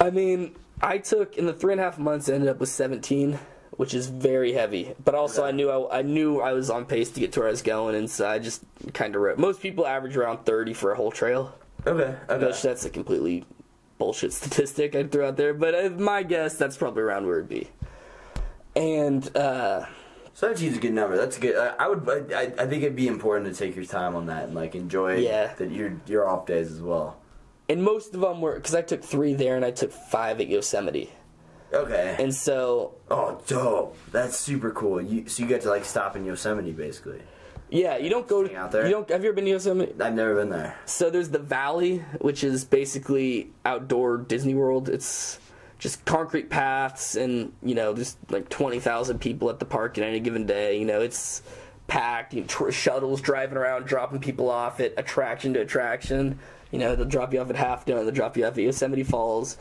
S3: I mean, I took in the three and a half months, I ended up with seventeen, which is very heavy. But also, I knew I, I knew I was on pace to get to where I was going, and so I just kind of wrote. Most people average around thirty for a whole trail,
S2: Okay,
S3: which that's a completely bullshit statistic I threw out there. But uh, my guess, that's probably around where it'd be. And uh,
S2: Seventeen's a good number. That's a good. I, I would. I, I think it'd be important to take your time on that and like enjoy
S3: Yeah.
S2: that your your off days as well.
S3: and most of them were because I took three there and I took five at Yosemite,
S2: Okay.
S3: and so
S2: oh, dope. That's super cool. You so you get to like stop in Yosemite basically.
S3: yeah, you don't go
S2: Hang out there.
S3: You don't have you ever been to Yosemite?
S2: I've never been there.
S3: So there's the Valley, which is basically outdoor Disney World. It's just concrete paths, and you know, there's like twenty thousand people at the park at any given day. You know, it's packed. You know, tr- shuttles driving around, dropping people off at attraction to attraction. You know, they'll drop you off at Half Dome, they'll drop you off at Yosemite Falls,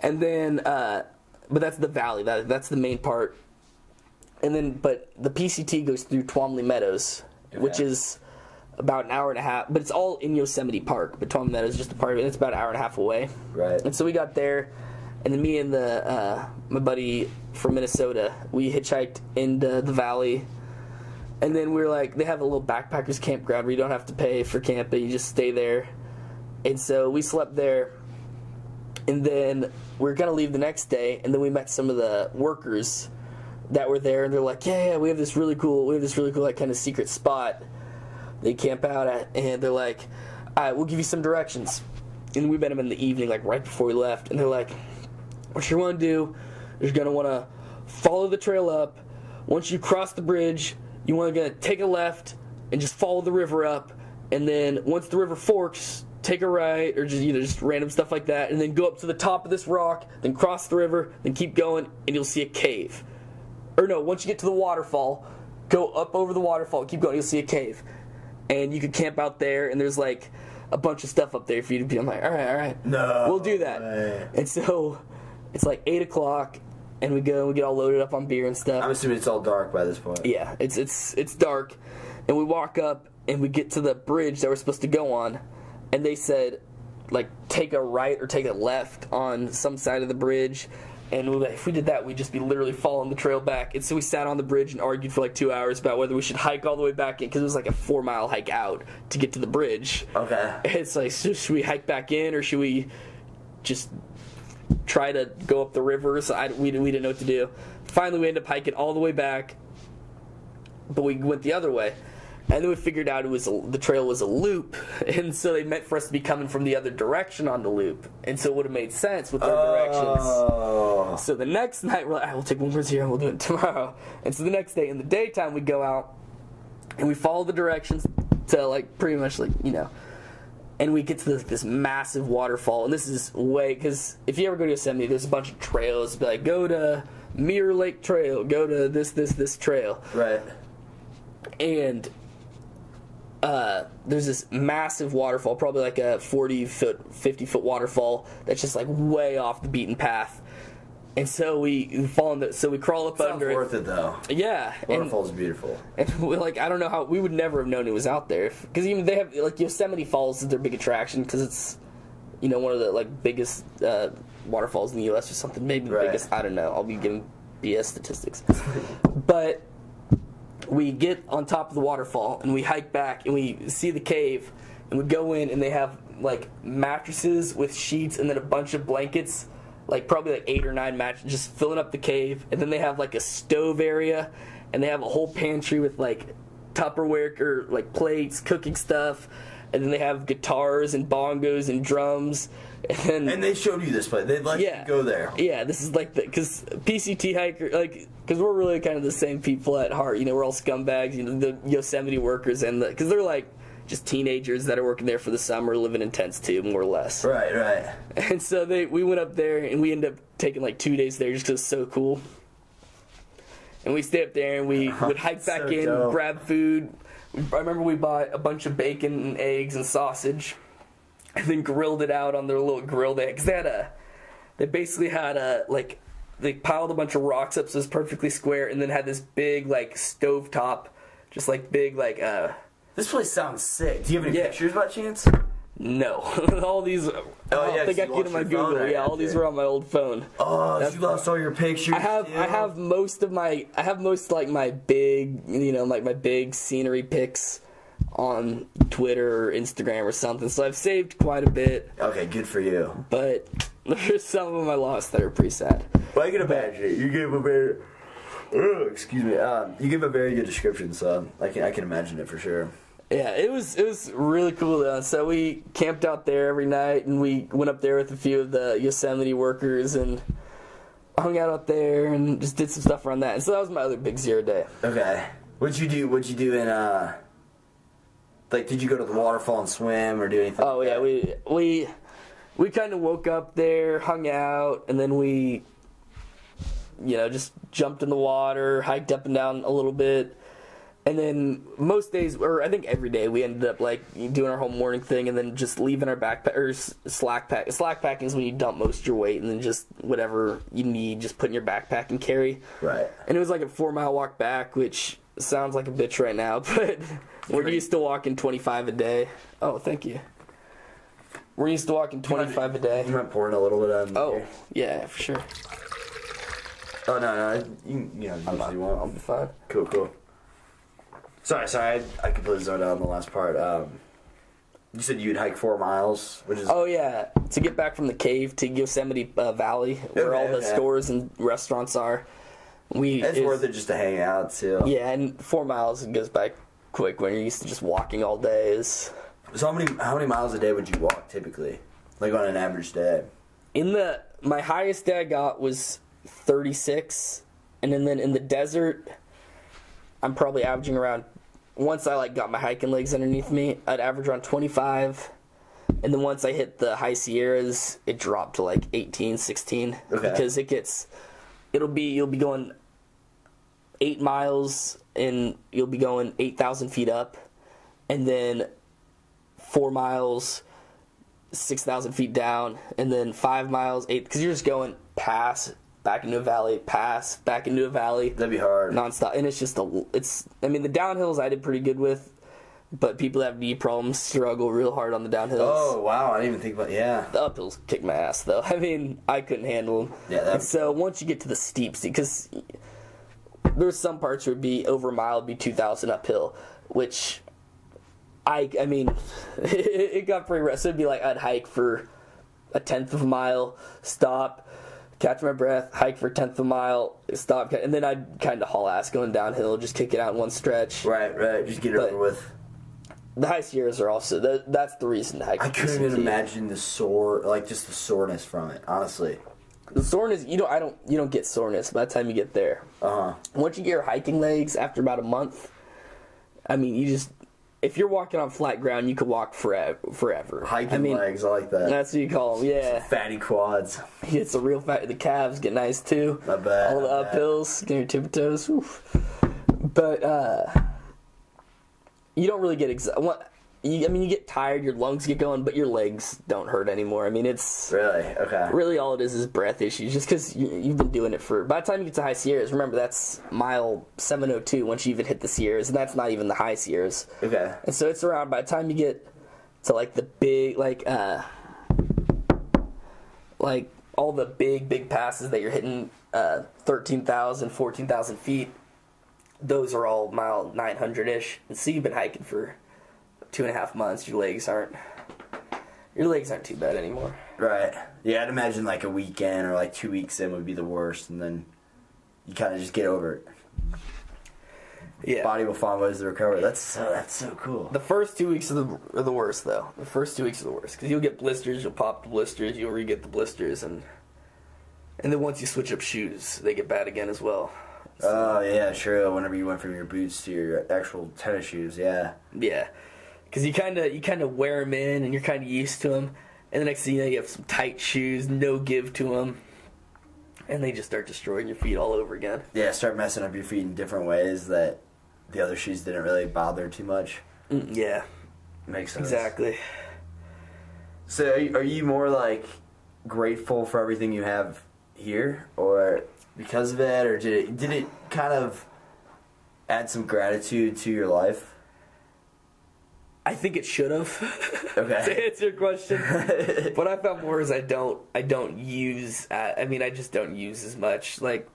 S3: and then, uh, but that's the Valley. That that's the main part. And then, but the PCT goes through Twomley Meadows, which
S2: Okay.
S3: is about an hour and a half, but it's all in Yosemite Park. But Twomley Meadows is just a part of it. It's about an hour and a half away.
S2: Right.
S3: And so we got there, and then me and the uh, my buddy from Minnesota, we hitchhiked into the valley. And then we were like, they have a little backpackers campground where you don't have to pay for camping; you just stay there. And so we slept there, and then we are gonna leave the next day, and then we met some of the workers that were there, and they're like, "Yeah, yeah, we have this really cool, we have this really cool like kind of secret spot they camp out at, and they're like, "All right, we'll give you some directions." And we met them in the evening, like right before we left, and they're like, "What you want to do is you're gonna want to follow the trail up. Once you cross the bridge, you want to gonna take a left and just follow the river up, and then once the river forks." Take a right, or just you know, just random stuff like that, and then go up to the top of this rock, then cross the river, then keep going, and you'll see a cave or no, once you get to the waterfall, go up over the waterfall, keep going, you'll see a cave. And you could camp out there, and there's like a bunch of stuff up there for you to be. I'm like, all right, all right.
S2: No
S3: We'll do that.
S2: way.
S3: And so it's like 8 o'clock, and we go and we get all loaded up on beer and stuff.
S2: I'm assuming it's all dark by this point.
S3: Yeah, it's it's it's dark, and we walk up and we get to the bridge that we're supposed to go on, and they said, like take a right or take a left on some side of the bridge, and we were like, if we did that, we'd just be literally following the trail back. And so we sat on the bridge and argued for like two hours about whether we should hike all the way back in because it was like a four mile hike out to get to the bridge.
S2: Okay.
S3: It's like, so should we hike back in or should we just try to go up the river? So I, we, we didn't know what to do. Finally, we ended up hiking all the way back, but we went the other way. And then we figured out it was a, the trail was a loop, and so they meant for us to be coming from the other direction on the loop, and so it would have made sense with their directions.
S2: Oh.
S3: So the next night, we're like, "Ah, we'll take one more zero and we'll do it tomorrow. And so the next day in the daytime, we go out and we follow the directions to like pretty much like, you know, and we get to this, this massive waterfall. And this is way, because if you ever go to Yosemite, there's a bunch of trails. Be like, go to Mirror Lake Trail, go to this, this, this trail
S2: Right.
S3: and uh, there's this massive waterfall, probably like a 40 foot, 50 foot waterfall that's just like way off the beaten path. And so we we fall in the, so we crawl up
S2: It's not
S3: under
S2: worth it though.
S3: it. Yeah, and,
S2: Waterfall's beautiful.
S3: and we're like I don't know how we would never have known it was out there because even they have like Yosemite Falls is their big attraction because it's you know one of the like biggest uh, waterfalls in the U.S. or something, maybe the
S2: Right.
S3: biggest. I don't know. I'll be giving BS statistics, but we get on top of the waterfall and we hike back and we see the cave and we go in and they have like mattresses with sheets and then a bunch of blankets like probably like eight or nine mattresses just filling up the cave and then they have like a stove area and they have a whole pantry with like Tupperware or like plates, cooking stuff, and then they have guitars and bongos and drums. And,
S2: And they showed you this place. They'd like
S3: Yeah.
S2: you to go there.
S3: yeah, this is like the because PCT hiker like because we're really kind of the same people at heart. You know, we're all scumbags. You know, the Yosemite workers and the because they're like just teenagers that are working there for the summer, living in tents too, more or less.
S2: Right, right.
S3: And so they we went up there and we ended up taking like two days there just 'cause it's so cool. And we stayed up there and we would hike back
S2: So
S3: in,
S2: dope.
S3: grab food. We- I remember we bought a bunch of bacon and eggs and sausage, and then grilled it out on their little grill there because they had a they basically had a like they piled a bunch of rocks up so it's perfectly square and then had this big like stove top, just like big like uh
S2: This place sounds sick. Do you have any
S3: Yeah.
S2: pictures by chance?
S3: no all these oh, I don't
S2: yeah, 'cause
S3: think I
S2: you
S3: can get in
S2: lost
S3: my
S2: your phone,
S3: Google
S2: I
S3: yeah all
S2: got
S3: these
S2: you.
S3: were on my old phone
S2: Oh,
S3: That's-
S2: you lost all your pictures.
S3: I have I
S2: dude.
S3: have most of my I have most like my big you know like my big scenery pics on Twitter or Instagram or something. So I've saved quite a bit,
S2: Okay, good for you.
S3: but there's some of them I lost that are pretty sad.
S2: Well, I can imagine it. You gave a very, Ugh, excuse me, um, you gave a very good description, so I can I can imagine it for sure.
S3: Yeah, it was it was really cool though. So we camped out there every night, and we went up there with a few of the Yosemite workers and hung out out there and just did some stuff around that. And so that was my other big zero day.
S2: Okay, what'd you do? What'd you do in uh, like did you go to the waterfall and swim or do anything?
S3: Oh
S2: like
S3: yeah,
S2: that?
S3: we we we kind of woke up there, hung out, and then we you know just jumped in the water, hiked up and down a little bit, and then most days, or I think every day, we ended up like doing our whole morning thing, and then just leaving our backpack or s- slack pack. Slack packing is when you dump most of your weight, and then just whatever you need, just put in your backpack and carry.
S2: Right.
S3: And it was like a four mile walk back, which sounds like a bitch right now, but we're used to walking 25 a day. Oh, thank you. We're used to walking 25 a
S2: You
S3: day.
S2: might pour in a little bit on.
S3: Oh,
S2: here.
S3: yeah, for sure.
S2: Oh no no you you know do what you
S3: I'll
S2: want.
S3: be fine.
S2: Cool cool. Sorry sorry I, I completely zoned out on the last part. Um, you said you'd hike four miles, which is
S3: Oh, yeah, to get back from the cave to Yosemite uh, Valley, where
S2: Okay,
S3: all the
S2: okay.
S3: stores and restaurants are. We
S2: it's worth it just to hang out too.
S3: Yeah, and four miles it goes by quick when you're used to just walking all day. Is
S2: So how many how many miles a day would you walk typically, like on an average day?
S3: in the my highest day I got was 36, and then, then in the desert, I'm probably averaging around. Once I like got my hiking legs underneath me, I'd average around 25, and then once I hit the high Sierras, it dropped to like 18, 16
S2: Okay.
S3: because it gets. It'll be you'll be going eight miles and you'll be going 8,000 feet up, and then four miles, 6,000 feet down, and then five miles, eight, because you're just going pass, back into a valley, pass, back into a valley,
S2: That'd be hard.
S3: nonstop. And it's just a, it's, I mean, the downhills I did pretty good with, but people that have knee problems struggle real hard on the downhills.
S2: oh wow, I didn't even think about yeah.
S3: The uphills kick my ass though. I mean, I couldn't handle them.
S2: Yeah, that-
S3: and so once you get to the steeps, because there's some parts would be over a mile, it'd be two thousand uphill, which I I mean, it, got pretty rough. So it'd be like I'd hike for a tenth of a mile, stop, catch my breath, hike for a tenth of a mile, stop, ca- and then I'd kind of haul ass going downhill, just kick it out in one stretch.
S2: Right, right. Just get it
S3: But-
S2: over with.
S3: The high Sierras are also th- that's the reason to hike.
S2: I couldn't
S3: PCT.
S2: even imagine the sore, like just the soreness from it. Honestly.
S3: The soreness, you know, I don't, you don't get soreness by the time you get there.
S2: Uh huh.
S3: Once you get your hiking legs after about a month, I mean, you just, if you're walking on flat ground, you could walk forever. forever.
S2: Hiking
S3: I mean,
S2: legs, I like that.
S3: That's what you call them, yeah.
S2: Fatty quads.
S3: It's a real fact. The calves get nice too.
S2: I bet,
S3: All the
S2: I bet.
S3: uphills, get your tiptoes. oof. But uh, you don't really get exa- what you, I mean, you get tired, your lungs get going, but your legs don't hurt anymore. I mean, it's
S2: Really? Okay.
S3: really all it is is breath issues just because you, you've been doing it for by the time you get to high sierras remember that's mile 702 once you even hit the sierras and that's not even the high sierras
S2: Okay.
S3: and so it's around by the time you get to like the big like uh like all the big big passes that you're hitting uh 13,000 14,000 feet those are all mile 900ish and so you've been hiking for two and a half months your legs aren't your legs aren't too bad anymore
S2: Right. Yeah, I'd imagine like a weekend or like two weeks in would be the worst, and then you kind of just get over it.
S3: Yeah.
S2: body will find ways to recover. That's so, that's so cool.
S3: The first two weeks are the, are the worst, though. The first two weeks are the worst because you'll get blisters, you'll pop the blisters, you'll re-get the blisters, and and then once you switch up shoes, they get bad again as well.
S2: Oh yeah, sure. Whenever you went from your boots to your actual tennis shoes, yeah.
S3: Yeah, because you kind of you kind of wear them in, and you're kind of used to them, and the next thing you know, you have some tight shoes, no give to them, and they just start destroying your feet all over again.
S2: Yeah, start messing up your feet in different ways that the other shoes didn't really bother too much.
S3: Mm, yeah,
S2: Makes sense.
S3: exactly.
S2: So, are you, are you more like grateful for everything you have here, or because of it, or did it did it kind of add some gratitude to your life?
S3: I think it should have.
S2: Okay.
S3: to answer your question, what I found more is I don't I don't use. uh, I, I mean, I just don't use as much. Like,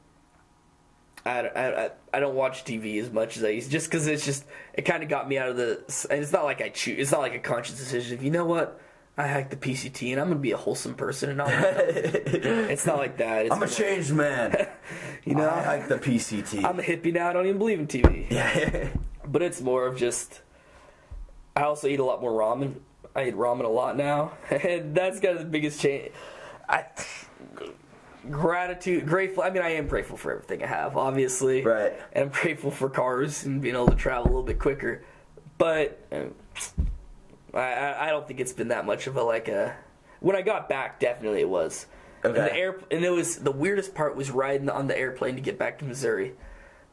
S3: I don't- I, I, I don't watch TV as much as I used, just because it's just it kind of got me out of the. And it's not like I choose. It's not like a conscious decision. If you know what, I hacked the PCT and I'm gonna be a wholesome person and all. that. it's not like that. It's
S2: I'm a
S3: more,
S2: changed man.
S3: You know,
S2: I like the PCT.
S3: I'm a hippie now. I don't even believe in TV.
S2: yeah.
S3: but it's more of just I also eat a lot more ramen. I eat ramen a lot now, and that's kind of the biggest change. I gratitude, grateful. I mean, I am grateful for everything I have, obviously,
S2: Right.
S3: And I'm grateful for cars and being able to travel a little bit quicker. But um, I, I I don't think it's been that much of a like a. When I got back, definitely it was.
S2: Okay.
S3: And the air and it was the weirdest part was riding on the airplane to get back to Missouri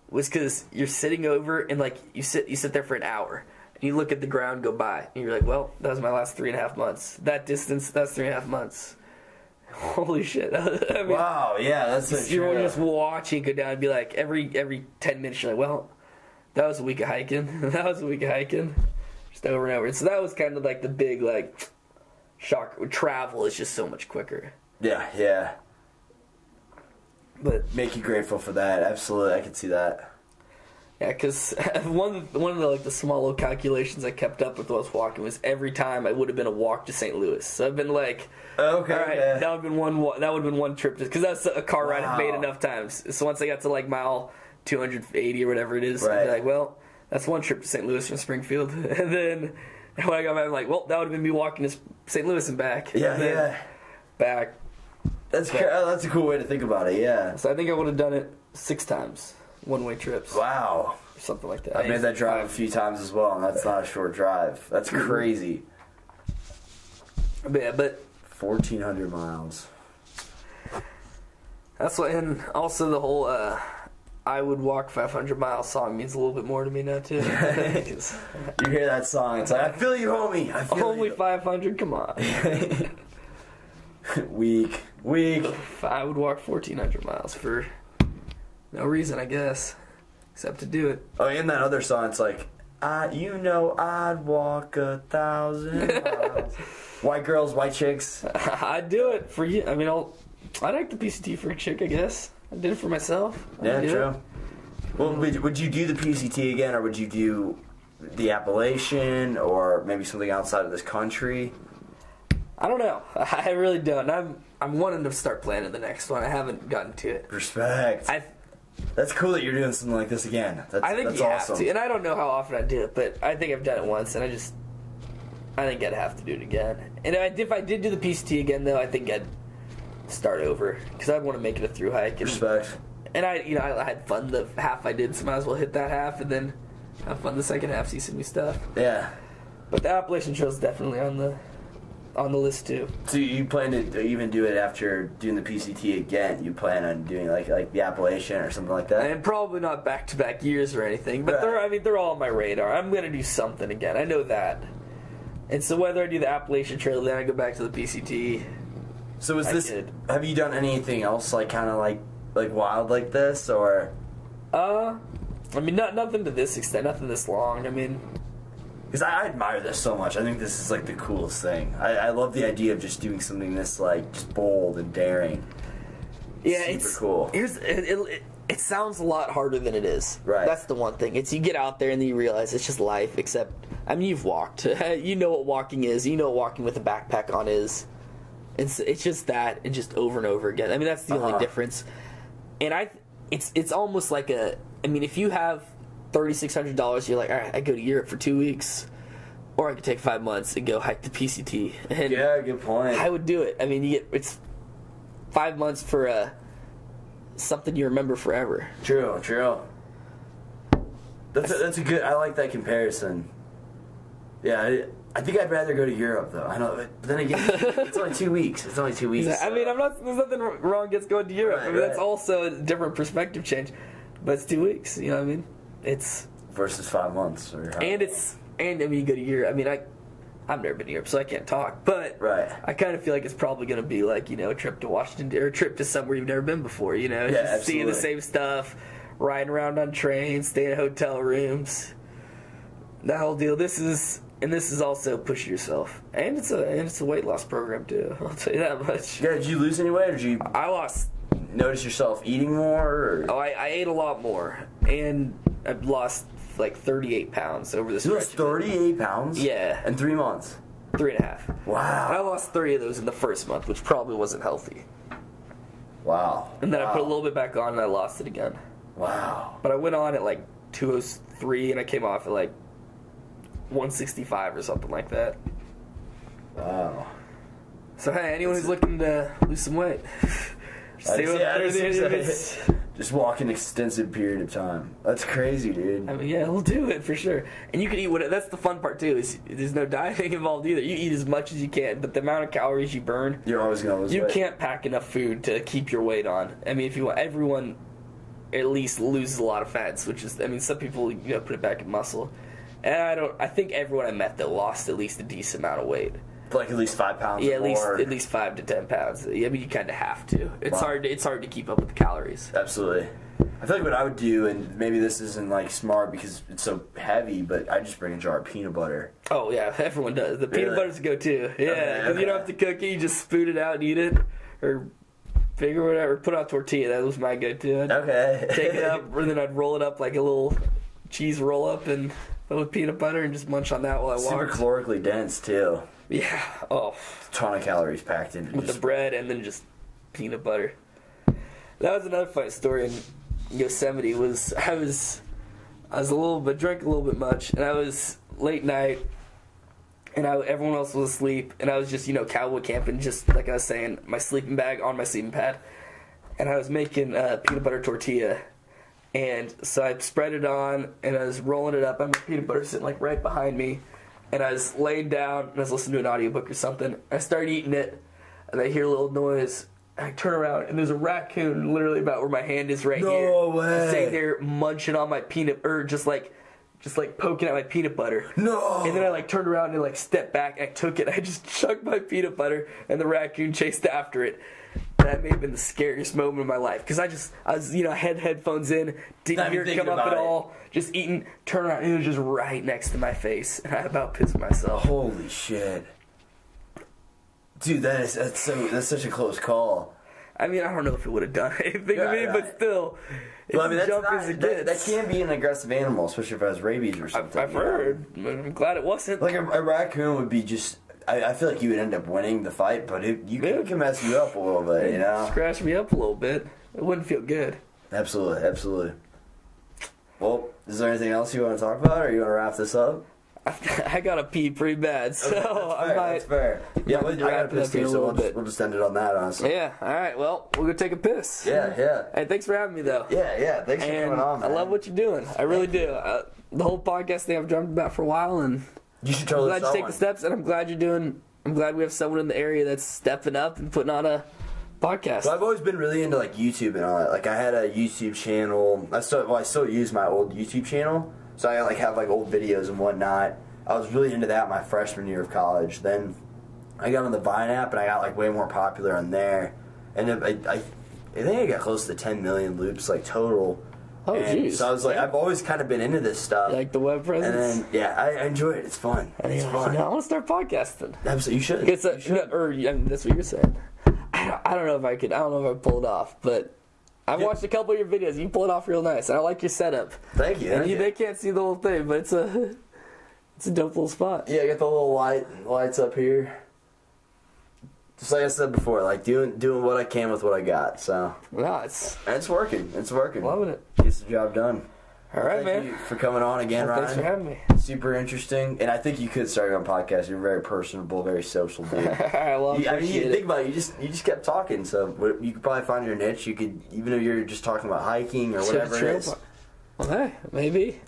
S3: was because you're sitting over and like you sit you sit there for an hour and you look at the ground go by and you're like, well, that was my last three and a half months. That distance, that's three and a half months. Holy shit! I mean,
S2: Wow. Yeah, that's so
S3: you're
S2: true.
S3: just watching it go down and be like, every every ten minutes you're like, well, that was a week of hiking. that was a week of hiking, just over and over. So that was kind of like the big like shock. Travel is just so much quicker.
S2: yeah, yeah.
S3: But
S2: Make you grateful for that. Absolutely, I can see that.
S3: Yeah, because one one of the like the small little calculations I kept up with while I was walking was every time I would have been a walk to St. Louis. So I've been like,
S2: Okay.
S3: all right, that would have been one wa- that would have been one trip because that's a car ride I've made
S2: Wow.
S3: enough times. So once I got to like mile two hundred eighty or whatever it is, I'd
S2: Right.
S3: be like, well, that's one trip to St. Louis from Springfield, and then when I got back, I'm like, well, that would have been me walking to St. Louis and back.
S2: yeah,
S3: and then
S2: yeah.
S3: back.
S2: That's cra- oh, that's a cool way to think about it. Yeah.
S3: So I think I would have done it six times, one way trips,
S2: Wow.
S3: or something like that.
S2: I made that drive a few times as well, and that's not a short drive. That's crazy.
S3: But yeah, but
S2: Fourteen hundred miles.
S3: That's what, and also the whole uh, "I would walk 500 miles" song means a little bit more to me now too. 'Cause
S2: You hear that song? It's like I feel you, homie. I feel
S3: Only
S2: you.
S3: 500, come on.
S2: Weak, weak.
S3: I would walk 1,400 miles for no reason, I guess, except to do it.
S2: Oh, and that other song. It's like I, you know, I'd walk a thousand miles. white girls, white chicks.
S3: I'd do it for you. I mean, I'll. I'd act the PCT for a chick, I guess. I did it for myself. I'd
S2: Yeah,
S3: do it.
S2: true. Well, would, would you do the PCT again, or would you do the Appalachian, or maybe something outside of this country?
S3: I don't know. I really don't. I'm. I'm wanting to start planning the next one. I haven't gotten to it.
S2: Respect.
S3: I
S2: That's cool that you're doing something like this again. That's,
S3: I think
S2: that's
S3: you
S2: awesome.
S3: have to, and I don't know how often I do it, but I think I've done it once, and I just, I think I'd have to do it again. And I, if I did do the PCT again, though, I think I'd start over because I'd want to make it a through hike. And,
S2: Respect.
S3: and I, you know, I, I had fun the half I did, so might as well hit that half, and then have fun the second half, see some new stuff.
S2: Yeah.
S3: But the Appalachian Trail's definitely on the, on the list too.
S2: So you plan to even do it after doing the PCT again? You plan on doing like like the Appalachian or something like that?
S3: And probably not back to back years or anything, but they're
S2: Right.
S3: I mean they're all on my radar. I'm gonna do something again. I know that. And so whether I do the Appalachian Trail, then I go back to the PCT.
S2: So is
S3: I
S2: this?
S3: did.
S2: Have you done anything else like kind of like like wild like this or?
S3: Uh, I mean not nothing to this extent, nothing this long. I mean,
S2: Because I, I admire this so much. I think this is like the coolest thing. I, I love the idea of just doing something this like just bold and daring.
S3: yeah,
S2: Super
S3: it's
S2: cool.
S3: Here's it, it, it, it sounds a lot harder than it is.
S2: Right.
S3: That's the one thing. It's you get out there and then you realize it's just life. Except I mean you've walked. you know what walking is. You know what walking with a backpack on is. It's it's just that and just over and over again. I mean that's the
S2: Uh-huh.
S3: only difference. and I it's it's almost like a I mean if you have thirty six hundred dollars, you're like, all right, I go to Europe for two weeks, or I could take five months and go hike the PCT. And
S2: Yeah, good point.
S3: I would do it. I mean, you get it's five months for uh, something you remember forever.
S2: True, true. That's a, that's a good. I like that comparison. Yeah, I, I think I'd rather go to Europe though. I know, but then again, it's only two weeks. It's only two weeks.
S3: I mean, I'm not. There's nothing wrong against going to Europe. I mean,
S2: Right,
S3: that's
S2: right.
S3: also a different perspective change. But it's two weeks. You know what I mean? It's
S2: versus five months or how-
S3: and it's and I mean, you go to Europe. I mean, I I've never been to Europe, so I can't talk. But
S2: Right.
S3: I kind of feel like it's probably going to be like you know a trip to Washington or a trip to somewhere you've never been before. You know,
S2: Yeah,
S3: just seeing the same
S2: absolutely.
S3: stuff, riding around on trains, staying in hotel rooms, that whole deal. This is. And this is also pushing yourself, and it's a and it's a weight loss program too. I'll tell you that much.
S2: Yeah, did you lose any weight? Or did you
S3: I lost.
S2: notice yourself eating more? Or?
S3: Oh, I, I ate a lot more, and I've lost like 38 pounds over this.
S2: You lost
S3: stretch of it.
S2: thirty-eight pounds.
S3: Yeah.
S2: in three months.
S3: Three and a half. I
S2: Wow.
S3: lost three of those in the first month, which probably wasn't healthy.
S2: Wow.
S3: And then I put a
S2: Wow.
S3: little bit back on, and I lost it again.
S2: Wow.
S3: But I went on at like 203, and I came off at like 165 or something like that.
S2: Wow.
S3: So hey, anyone who's looking to lose some weight,
S2: I
S3: see
S2: just-
S3: what
S2: yeah, I
S3: there's
S2: just-
S3: any of it's.
S2: Just walk an extensive period of time. That's crazy, dude.
S3: I mean, yeah, we'll do it for sure. And you can eat what. That's the fun part too. Is there's no dieting involved either. You eat as much as you can, but the amount of calories you burn,
S2: You're always gonna lose
S3: you
S2: weight.
S3: can't pack enough food to keep your weight on. I mean, if you want, everyone at least loses a lot of fats, which is. I mean, some people you know put it back in muscle. And I don't. I think everyone I met that lost at least a decent amount of weight.
S2: like at least five pounds.
S3: Yeah,
S2: or
S3: at least
S2: more.
S3: at least five to ten pounds. I mean, you kind of have to. It's
S2: Wow.
S3: hard. To, it's hard to keep up with the calories.
S2: Absolutely. I feel like what I would do, and maybe this isn't like smart because it's so heavy, but I just bring a jar of peanut butter.
S3: Oh yeah, everyone does. The peanut
S2: Really? Oh,
S3: butter's a go-to. Yeah,
S2: Okay,
S3: 'cause you don't
S2: okay.
S3: have to cook it. You just spoon it out and eat it, or figure whatever. Put on tortilla. That was my go-to. I'd
S2: Okay.
S3: take it up, and then I'd roll it up like a little cheese roll-up, and but with peanut butter, and just munch on that while I
S2: Super
S3: walked.
S2: calorically dense too.
S3: yeah. Oh,
S2: Ton of calories packed into
S3: with
S2: just
S3: the bread and then just peanut butter. That was another funny story in Yosemite. Was I was I was a little bit drank a little bit much, and I was late night, and I everyone else was asleep, and I was just you know cowboy camping, just like I was saying, my sleeping bag on my sleeping pad, and I was making uh, peanut butter tortilla. And so I spread it on, and I was rolling it up. I had peanut butter sitting like right behind me, and I was laying down, and I was listening to an audiobook or something. I started eating it, and I hear a little noise. I turn around, and there's a raccoon literally about where my hand is right
S2: No
S3: here.
S2: way.
S3: Sitting there munching on my peanut, or just like, just like poking at my peanut butter.
S2: No.
S3: And then I like turned around and like stepped back. I took it. I just chugged my peanut butter, and the raccoon chased after it. That may have been the scariest moment of my life because I just I was you know I had headphones in, didn't
S2: Not even
S3: hear it come
S2: thinking
S3: up at
S2: about it.
S3: all. Just eating, turn around, and it was just right next to my face, and I about pissed myself.
S2: Holy shit. Dude, that is that's so that's such a close call.
S3: I mean I don't know if it would have done anything to
S2: Yeah,
S3: me,
S2: yeah.
S3: but still, it's
S2: Well, I mean, that's
S3: jump
S2: not,
S3: as it
S2: that, that
S3: gets.
S2: can be an aggressive animal, especially if it has rabies or something.
S3: I've
S2: you know?
S3: heard. I'm glad it wasn't.
S2: Like a, a raccoon would be just. I, I feel like you would end up winning the fight, but it, you
S3: Yeah.
S2: it can mess you up a little bit, you know.
S3: Scratched me up a little bit. It wouldn't feel good.
S2: Absolutely, absolutely. Well, is there anything else you want to talk about, or you want to wrap this up?
S3: I got to pee pretty bad, so
S2: That's fair,
S3: I might.
S2: that's fair. Yeah,
S3: might
S2: we, I got
S3: wrap
S2: to
S3: it
S2: piss
S3: up here
S2: too,
S3: a
S2: so
S3: little
S2: we'll just,
S3: bit.
S2: we'll just end it on that, honestly.
S3: Yeah. All right. Well, we'll go take a piss.
S2: Yeah, yeah,
S3: Hey, thanks for having me though.
S2: yeah, yeah. Thanks for
S3: And
S2: coming on.
S3: I
S2: man.
S3: love what you're doing. I really do. Uh, the whole podcast thing I've dreamt about for a while, and
S2: you should
S3: I'm
S2: totally
S3: glad you
S2: start
S3: take the
S2: one.
S3: steps. And I'm glad you're doing. I'm glad we have someone in the area that's stepping up and putting on a podcast.
S2: Well, I've always been really into like YouTube and all that. Like I had a YouTube channel. I still well, I still use my old YouTube channel, so I like have like old videos and whatnot. I was really into that my freshman year of college. Then I got on the Vine app and I got like way more popular on there. And then I, I, I think I got close to 10 million loops like total.
S3: Oh,
S2: And
S3: jeez.
S2: So I was like, I've always kind of been into this stuff.
S3: You like the web
S2: and
S3: presence.
S2: then yeah, I, I enjoy it. It's fun. It's
S3: Yeah,
S2: fun.
S3: no, I want to start podcasting.
S2: Absolutely, you should.
S3: It's a, no, or I mean, that's what you're saying. I don't, I don't know if I could. I don't know if I pulled off, but I've
S2: Yeah.
S3: watched a couple of your videos. You pull it off real nice, and I like your setup.
S2: Thank you.
S3: And
S2: thank
S3: you,
S2: you.
S3: they can't see the whole thing, but it's a it's a dope little spot.
S2: Yeah, I got the little light lights up here. Just like I said before, like doing doing what I can with what I got. So
S3: Nah, it's
S2: and it's working. It's working.
S3: loving it.
S2: Gets the job done.
S3: All All right,
S2: Thank
S3: man.
S2: you for coming on again,
S3: Well,
S2: Ryan.
S3: thanks for having me.
S2: Super interesting, and I think you could start your own podcast. You're very personable, very social dude.
S3: well, I
S2: You- I mean, you
S3: appreciate
S2: think
S3: it.
S2: about it. You just you just kept talking, so what- you could probably find your niche. You could even if you're just talking about hiking or
S3: Check
S2: whatever
S3: the
S2: it
S3: trail
S2: is.
S3: part. Well, hey, maybe.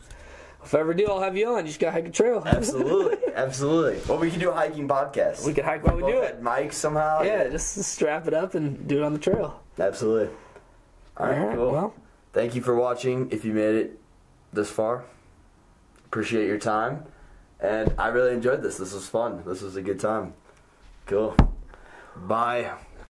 S3: If I ever do, I'll have you on. You just gotta hike a trail.
S2: Absolutely, absolutely. Well, we could do a hiking podcast.
S3: we could hike while we do
S2: Both
S3: it.
S2: had mics somehow.
S3: Yeah, just strap it up and do it on the trail.
S2: absolutely. All right, cool.
S3: Well,
S2: Thank you for watching. If you made it this far, appreciate your time. And I really enjoyed this. This was fun. This was a good time. Cool. Bye.